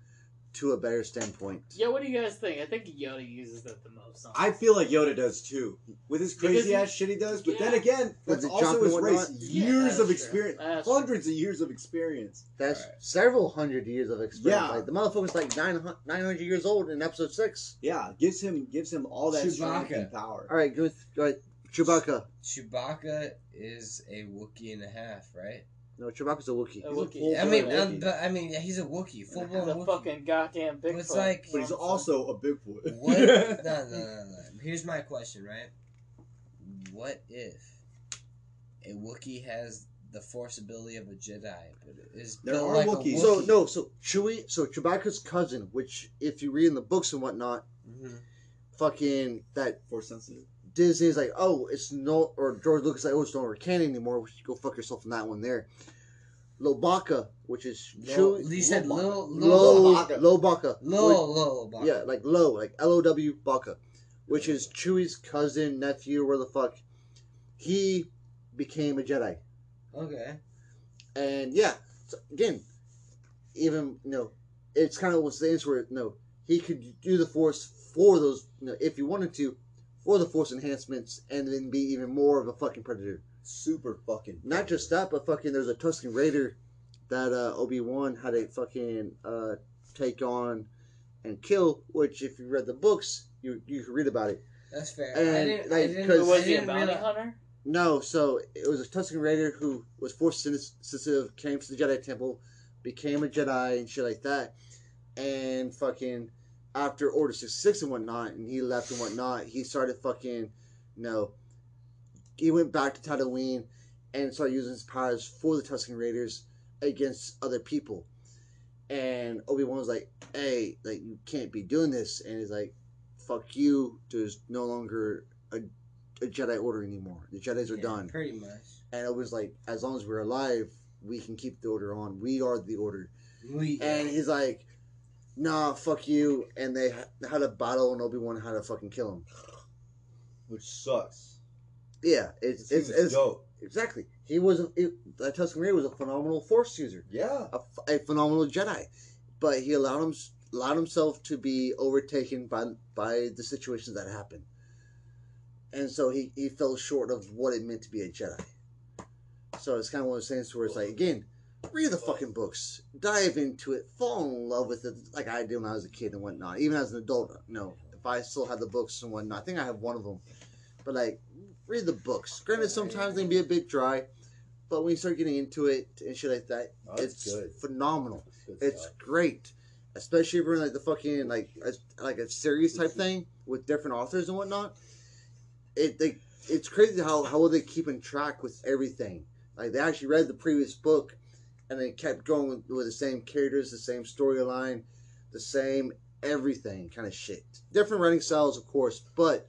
to a better standpoint. Yeah, what do you guys think? I think Yoda uses that the most. honestly. I feel like Yoda does too, with his Because crazy he- ass shit he does. But then yeah. again, that's the also jumping his and race. whatnot. Yeah, Years that's of true. experience, That's true. hundreds of years of experience. That's several hundred years of experience. Yeah. Like the motherfucker's like nine hundred years old in episode six. Yeah, gives him gives him all that strength Chewbacca. and power. All right, go with all right, Chewbacca. Chewbacca is a Wookiee and a half, right? No, Chewbacca's a Wookiee. He's A a Wookiee. full I mean, Full-blown um, Wookiee. but I mean, yeah, he's a Wookiee, full He's blown a Wookiee. fucking goddamn Bigfoot. But it's like, But he's Johnson. also a Bigfoot. *laughs* what? no, no, no, no. Here's my question, right? What if a Wookiee has the force ability of a Jedi, but is There built are like Wookiees. a Wookiee? So no, so Chewie, so Chewbacca's cousin, which if you read in the books and whatnot, Mhm. fucking that Force sensitive. Disney's like, oh, it's no, or George Lucas like, oh, it's no canon anymore. Which go fuck yourself in that one there. Lobaka, which is Lil, Chewie, you said Lil, Lil, Lo, Lobaka. Lobaka, Lil, Lil, Lil yeah, like Lo, like L O W Baka, which is Chewie's cousin, nephew, where the fuck. He became a Jedi, Okay. and yeah, so again, even you know, it's kind of what's the answer where no, he could do the Force for those, you know, if you wanted to, for the Force enhancements, and then be even more of a fucking predator. Super fucking. Not just that, but fucking there's a Tusken Raider that uh, Obi Wan had a fucking uh, take on and kill. Which, if you read the books, you you can read about it. That's fair. I And, didn't, I like, didn't, 'cause- But I was he a didn't bounty realize- hunter? No, so it was a Tusken Raider who was force sens- sensitive, came to the Jedi Temple, became a Jedi and shit like that, and fucking after Order Six Six and whatnot, and he left and whatnot, he started fucking, you know, he went back to Tatooine and started using his powers for the Tusken Raiders against other people, and Obi Wan was like, "Hey, like you can't be doing this," and he's like, "Fuck you, there's no longer a, a Jedi Order anymore. The Jedi's are Yeah, done." Pretty much. and it was like as long as we're alive we can keep the order on we are the order We, and he's like nah fuck you and they ha- had a battle and obi-wan had to fucking kill him Which sucks. yeah it's it's, it's dope. exactly he was a, it, that tusken Raider was a phenomenal force user Yeah. a, ph- a phenomenal jedi but he allowed him allowed himself to be overtaken by by the situations that happened and so he, he fell short of what it meant to be a Jedi. So it's kind of one of those things where it's like, again, read the fucking books, dive into it, fall in love with it, like I did when I was a kid and whatnot. Even as an adult, no, if I still have the books and whatnot, I think I have one of them. But like, read the books. Granted, sometimes they can be a bit dry, but when you start getting into it and shit like that, Oh, it's it's good. phenomenal. It's good It's stuff. great, especially if we're in like the fucking like a, like a series *laughs* type thing with different authors and whatnot. It they it's crazy how how well they keep in track with everything. Like they actually read the previous book, and they kept going with, with the same characters, the same storyline, the same everything kind of shit. Different writing styles, of course, but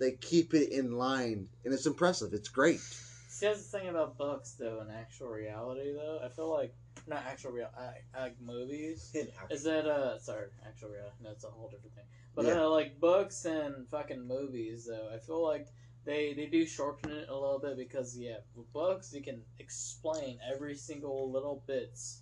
they keep it in line, and it's impressive. It's great. See, that's the thing about books, though, in actual reality, though. I feel like, not actual real, I, I like movies. Is that, uh, sorry, actual reality. No, it's a whole different thing. But, Yeah. uh, like, books and fucking movies, though, I feel like They they do shorten it a little bit because yeah, with books you can explain every single little bits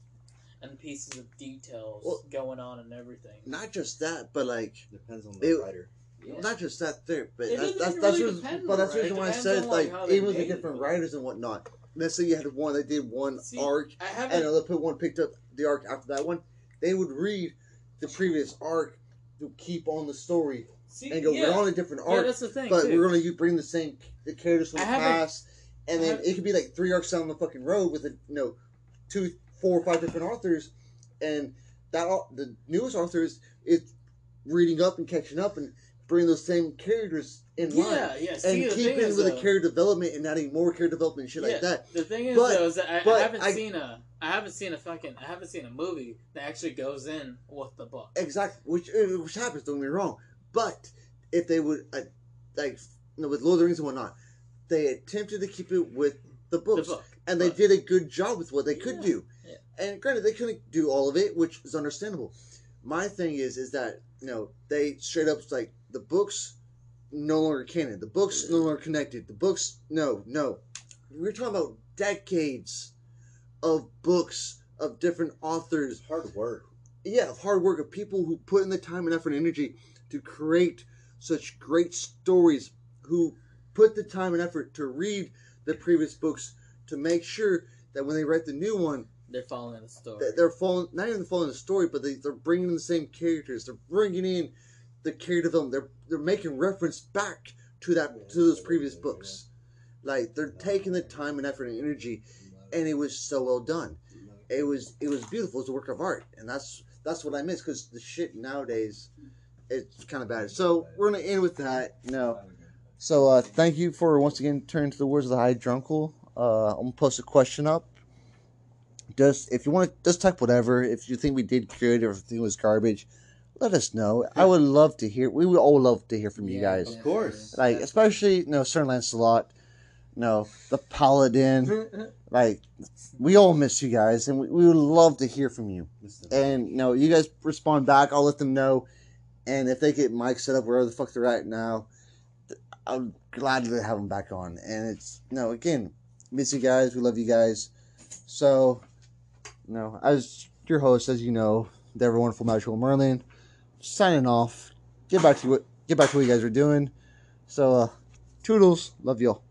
and pieces of details Well- going on and everything. Not just that, but like Depends on the It- writer. Yeah. not just that there, but It that's doesn't that's, even that's really the reason- depend but on that's the it. reason why I Depends said on, like, like how they even with the made it, different but- writers and whatnot. Let's say you had one that did one See, arc I and haven't. another pe- one picked up the arc after that one, they would read the previous arc to keep on the story See, and go, yeah, we're on a different yeah, arc, that's the thing. but too. we're going to bring the same the characters from I the haven't- past, and I then haven't- it could be like three arcs down the fucking road with a, you know two, four, or five different authors, and that au- the newest author is, is reading up and catching up and bringing those same characters in line. yeah, yeah. See, and the thing keeping is, with the though- character development and adding more character development and shit Yeah, like that. The thing is, But- though, is that I, I but haven't I- seen a, I haven't seen a fucking, I haven't seen a movie that actually goes in with the book. Exactly, which uh, which happens. Don't get me wrong, but if they would uh, like you know, with Lord of the Rings and whatnot, they attempted to keep it with the The books, book, and they but- did a good job with what they could Yeah, do. yeah. And granted, they couldn't do all of it, which is understandable. My thing is, is that you know they straight up like the books no longer canon. The books no longer connected. The books no no. We're talking about decades of books of different authors It's hard work. yeah, of hard work of people who put in the time and effort and energy to create such great stories, who put the time and effort to read the previous books to make sure that when they write the new one, They're following the story. that they're following not even following the story, but they, they're bringing in the same characters, they're bringing in the character development, they're they're making reference back to that to those previous books. Like they're taking the time and effort and energy, and it was so well done it was it was beautiful. It's a work of art, and that's that's what I miss because the shit nowadays, it's kind of bad. So we're gonna end with that. No. So uh, thank you for once again turning to the words of the High Drunkle. Uh, I'm gonna post a question up. Just if you want to, just type whatever. If you think we did good or if you think it was garbage, let us know. I would love to hear. We would all love to hear from you Yeah, guys. Of course. Like especially you know Sir Lancelot, you know the Paladin. like we all miss you guys, and we, we would love to hear from you. And you know you guys respond back. I'll let them know, and if they get mics set up wherever the fuck they're at now, th- I'm glad to have them back on. And it's you know again miss you guys. We love you guys. So, you know as your host, as you know, the ever wonderful magical Merlin, signing off. Get back to what get back to what you guys are doing. So, uh, toodles. Love y'all.